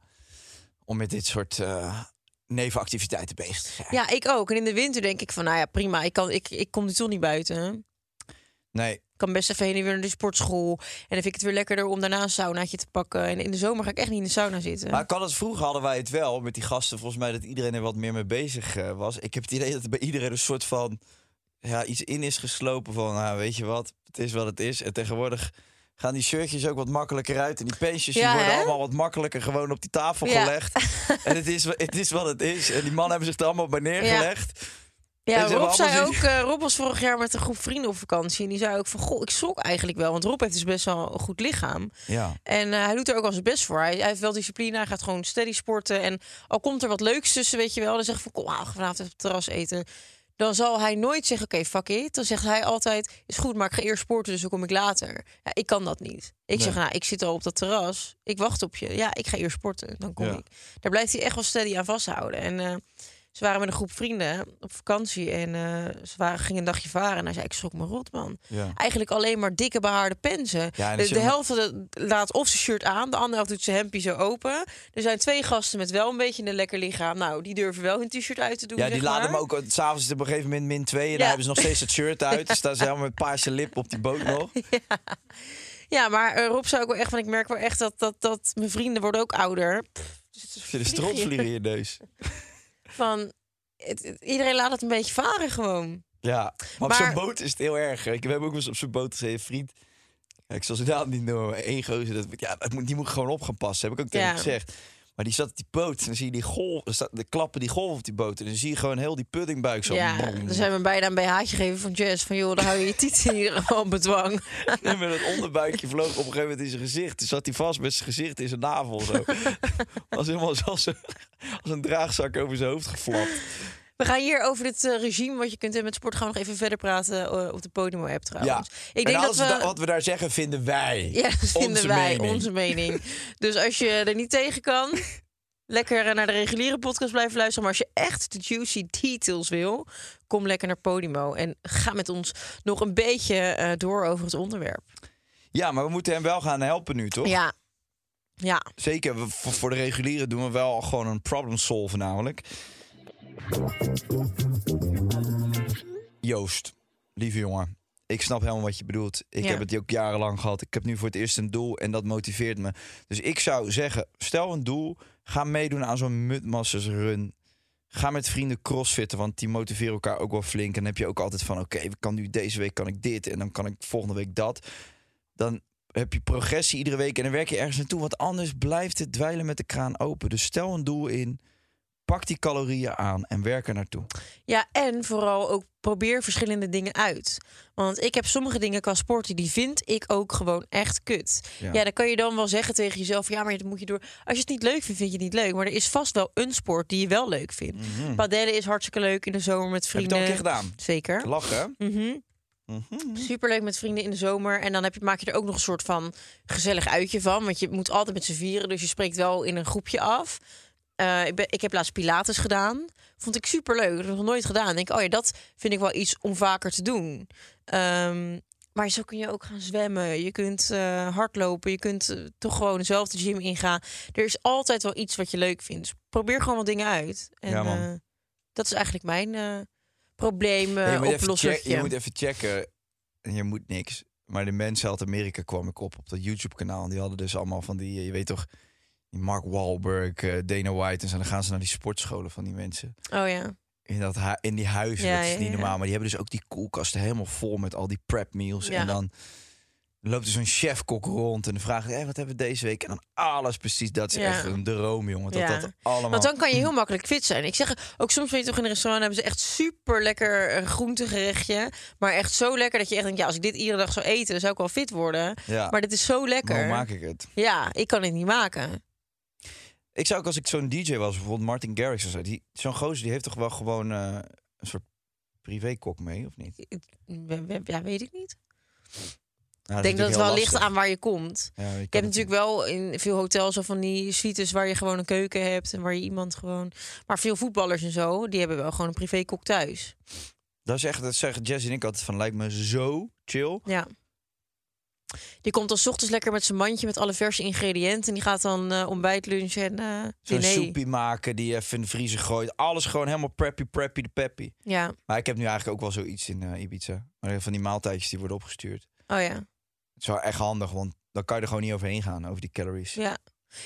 C: om met dit soort eh, nevenactiviteiten bezig te zijn.
G: Ja, ik ook. En in de winter denk ik van, nou ja, prima. Ik, kan, ik, ik kom de zon niet buiten.
C: Nee,
G: Ik kan best even heen en weer naar de sportschool. En dan vind ik het weer lekkerder om daarna een saunaatje te pakken. En in de zomer ga ik echt niet in de sauna zitten.
C: maar kan het vroeger hadden wij het wel met die gasten. Volgens mij dat iedereen er wat meer mee bezig eh, was. Ik heb het idee dat er bij iedereen een soort van ja, iets in is geslopen van, nou, weet je wat, het is wat het is. En tegenwoordig gaan die shirtjes ook wat makkelijker uit en die pensjes
G: Ja,
C: die worden
G: hè?
C: allemaal wat makkelijker gewoon op die tafel
G: Ja.
C: gelegd. en het is, wa- het is wat het is. En die mannen hebben zich er allemaal bij neergelegd.
G: ja,
C: en ze hebben
G: Rob zei
C: allemaal
G: ook, eh, Rob was vorig jaar met een groep vrienden op vakantie. En die zei ook van, goh, ik schrok eigenlijk wel. Want Rob heeft dus best wel een goed lichaam.
C: Ja.
G: En eh, hij doet er ook wel zijn best voor. Hij, hij heeft wel discipline, hij gaat gewoon steady sporten. En al komt er wat leuks tussen, weet je wel. Dan zegt hij van, kom, ah, vanavond even op het terras eten. Dan zal hij nooit zeggen, oké, fuck it. Dan zegt hij altijd, is goed, maar ik ga eerst sporten, dus dan kom ik later. Ja, ik kan dat niet. Ik zeg, nou, ik zit al op dat terras. Ik wacht op je. Ja, ik ga eerst sporten, dan kom
C: Ja.
G: ik. Daar blijft hij echt wel steady aan vasthouden. En eh, ze waren met een groep vrienden op vakantie. En eh, ze waren, gingen een dagje varen. En hij zei, ik schrok me rot, man.
C: Ja.
G: Eigenlijk alleen maar dikke behaarde pensen.
C: Ja, en
G: de,
C: als je
G: de
C: hem-
G: helft van de- laat of zijn shirt aan, de andere helft doet zijn hempje zo open. Er zijn twee gasten met wel een beetje een lekker lichaam. Nou, die durven wel hun t-shirt uit te doen.
C: Ja,
G: zeg
C: die laden
G: maar.
C: hem ook. eh, S'avonds is het op een gegeven moment min 2 en
G: Ja.
C: dan hebben ze nog steeds het shirt uit. Dus staan ze helemaal met paarse lip op die boot nog.
G: Ja, maar eh, Rob zei ook wel echt van, ik merk wel echt dat, dat, dat mijn vrienden worden ook ouder. Pff, er zitten
C: Zit een
G: vliegen in.
C: stropvliegen in je neus.
G: Van, het- het- iedereen laat het een beetje varen gewoon.
C: Ja, maar op
G: Maar-
C: zo'n boot is het heel erg. Ik, we hebben ook eens op zo'n boot gezeten, vriend. Ja, ik zal zijn naam niet noemen, maar één gozer. Dat, ja, dat moet, die moet ik gewoon op gaan passen, heb ik ook tegen
G: Ja.
C: hem gezegd. Maar die zat op die boot en dan zie je die golf, er staat- de klappen die golf op die boot. En dan zie je gewoon heel die puddingbuik zo.
G: ja,
C: brom.
G: dan zijn we bijna een BH'tje gegeven van Jess. Van joh, dan hou je je tieten in ieder geval op bedwang.
C: En met het onderbuikje vloog op een gegeven moment in zijn gezicht. Toen zat hij vast met zijn gezicht in zijn navel. Zo. was helemaal als een, als een draagzak over zijn hoofd geflapt.
G: We gaan hier over dit eh, regime wat je kunt hebben met sport gaan we nog even verder praten eh, op de Podimo-app trouwens.
C: Ik denk dat we... wat we daar zeggen, vinden wij.
G: Ja, dat vinden
C: onze
G: wij
C: mening.
G: onze mening. Dus als je er niet tegen kan, lekker eh, naar de reguliere podcast blijven luisteren. Maar als je echt de juicy details wil, kom lekker naar Podimo. En ga met ons nog een beetje eh, door over het onderwerp.
C: Ja, maar we moeten hem wel gaan helpen nu, toch?
G: Ja. Ja.
C: Zeker, we- voor voor de regulieren doen we wel gewoon een problem solve namelijk. Joost, lieve jongen. Ik snap helemaal wat je bedoelt. Ik
G: Ja.
C: heb het ook jarenlang gehad. Ik heb nu voor het eerst een doel en dat motiveert me. Dus ik zou zeggen, stel een doel. Ga meedoen aan zo'n Mudmasters run. Ga met vrienden crossfitten, want die motiveren elkaar ook wel flink. En dan heb je ook altijd van, oké, ik kan nu deze week kan ik dit en dan kan ik volgende week dat. Dan heb je progressie iedere week en dan werk je ergens naartoe. Want anders blijft het dweilen met de kraan open. Dus stel een doel in, pak die calorieën aan en werk er naartoe.
G: Ja, en vooral ook probeer verschillende dingen uit. Want ik heb sommige dingen qua sporten, die vind ik ook gewoon echt kut. Ja,
C: Ja.
G: dan kan je dan wel zeggen tegen jezelf, ja, maar dat moet je door. Als je het niet leuk vindt, vind je het niet leuk. Maar er is vast wel een sport die je wel leuk vindt. Padellen is hartstikke leuk in de zomer met
C: Mhm. Heb je
G: vrienden.
C: het al een keer gedaan?
G: Zeker. Mhm.
C: Lachen, Mhm. hè? Hm.
G: Superleuk met vrienden in de zomer. En dan heb je, maak je er ook nog een soort van gezellig uitje van. Want je moet altijd met z'n vieren. Dus je spreekt wel in een groepje af. Eh, ik, ben, ik heb laatst Pilates gedaan. Vond ik superleuk. Dat heb ik nog nooit gedaan. Denk, ik, oh ja, dat vind ik wel iets om vaker te doen. Ehm, maar zo kun je ook gaan zwemmen. Je kunt eh, hardlopen. Je kunt eh, toch gewoon dezelfde gym ingaan. Er is altijd wel iets wat je leuk vindt. Dus probeer gewoon wat dingen uit. En
C: Ja, man.
G: eh, dat is eigenlijk mijn eh probleem.
C: Nee, je,
G: eh
C: moet even
G: oplossen.
C: check- je moet even checken. En je moet niks. Maar de mensen uit Amerika kwam ik op op dat YouTube-kanaal. En die hadden dus allemaal van die, eh, je weet toch, die Mark Wahlberg, eh, Dana White. En zo. dan gaan ze naar die sportscholen van die mensen.
G: Oh ja.
C: In, dat hu- in die huizen,
G: Ja,
C: dat is
G: ja,
C: niet
G: ja.
C: normaal. Maar die hebben dus ook die koelkasten helemaal vol met al die prep meals.
G: Ja.
C: En dan loopt er zo'n chefkok rond en dan vraagt hij, hey, wat hebben we deze week? En dan alles precies, dat is
G: Ja.
C: echt een droom, jongen. Dat
G: Ja.
C: dat allemaal...
G: Want dan kan je heel makkelijk fit zijn. Ik zeg ook soms weet je toch in een restaurant hebben ze echt super lekker groentegerechtje, maar echt zo lekker dat je echt denkt ja als ik dit iedere dag zou eten dan zou ik wel fit worden.
C: Ja.
G: Maar dit is zo lekker.
C: Maar hoe maak ik het?
G: Ja, ik kan het niet maken.
C: Ik zou ook als ik zo'n DJ was, bijvoorbeeld Martin Garrix of zo, die, zo'n gozer die heeft toch wel gewoon eh, een soort privékok mee, of niet?
G: We- we- Ja, weet ik niet.
C: Nou,
G: Ik denk dat het wel ligt aan
C: aan.
G: waar je komt. Ik heb natuurlijk wel in veel hotels al van die suites waar je gewoon een keuken hebt en waar je iemand gewoon. Maar veel voetballers en zo, die hebben wel gewoon een privékok thuis.
C: Dat is echt, dat zeggen Jess en ik altijd van, lijkt me zo chill.
G: Ja. Die komt dan 's ochtends lekker met zijn mandje met alle verse ingrediënten. En die gaat dan eh, ontbijt, lunch en eh
C: Zo'n
G: diner.
C: soepie maken die je even in de vriezer gooit. Alles gewoon helemaal preppy, preppy, de peppy.
G: Ja,
C: Maar ik heb nu eigenlijk ook wel zoiets in eh, Ibiza. Maar van die maaltijdjes die worden opgestuurd.
G: oh ja.
C: Het is wel echt handig, want dan kan je er gewoon niet overheen gaan, over die calories.
G: ja.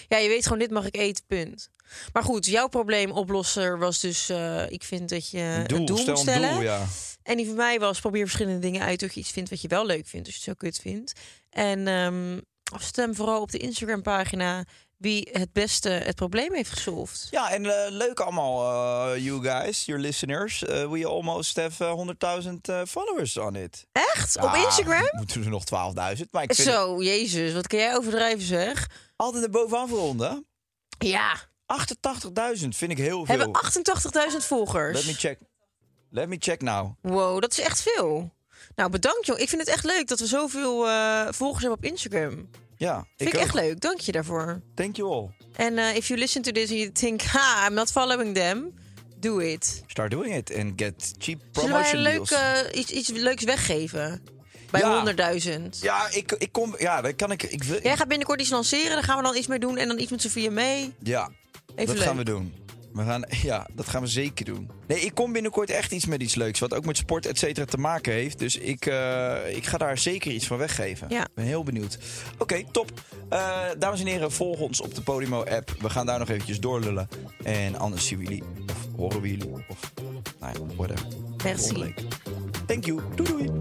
G: Ja, je weet gewoon, dit mag ik eten, punt. Maar goed, jouw probleemoplosser was dus... eh, ik vind dat je een doel,
C: stel
G: moet stellen.
C: een doel, ja.
G: En die voor mij was, probeer verschillende dingen uit... dat je iets vindt wat je wel leuk vindt, als je het zo kut vindt. En ehm, stem vooral op de Instagram-pagina... wie het beste het probleem heeft gesolved.
C: Ja, en eh, leuk allemaal, eh, you guys, your listeners. Eh, we almost have eh, 100.000 eh, followers on it.
G: Echt? op
C: Ja,
G: Instagram?
C: We doen er nog 12.000, maar ik vind het
G: Zo, jezus, wat kan jij overdrijven zeg.
C: altijd er bovenaan verronden.
G: Ja,
C: 88.000 vind ik heel veel.
G: hebben 88.000 volgers.
C: Let me check. Let me check now.
G: Wow, dat is echt veel. Nou, bedankt joh. Ik vind het echt leuk dat we zoveel eh, volgers hebben op Instagram.
C: Ja,
G: Vind ik,
C: ook.
G: echt leuk. Dank je daarvoor.
C: Thank you all.
G: En eh, if you listen to this and you think, ha, I'm not following them, do it.
C: Start doing it and get cheap
G: Zullen wij
C: promotion
G: een leuk,
C: deals.
G: eh, iets, iets leuks weggeven? Bij
C: Ja.
G: 100.000.
C: Ja, ik, ik kom. Ja, dan kan ik. ik wil,
G: Jij gaat binnenkort iets lanceren, daar gaan we dan iets mee doen. En dan iets met Sofia mee.
C: Ja, dat
G: leuk.
C: gaan we doen. We gaan, ja, dat gaan we zeker doen. Nee, ik kom binnenkort echt iets met iets leuks. Wat ook met sport, et cetera, te maken heeft. Dus ik, eh, ik ga daar zeker iets van weggeven.
G: Ja.
C: Ik ben heel benieuwd. Oké, top. Eh, dames en heren, volg ons op de Podimo-app. We gaan daar nog eventjes doorlullen. En anders zien we jullie. Of horen we jullie. Of, nou ja, whatever.
G: Merci.
C: Volgende week. Thank you. Doei doei.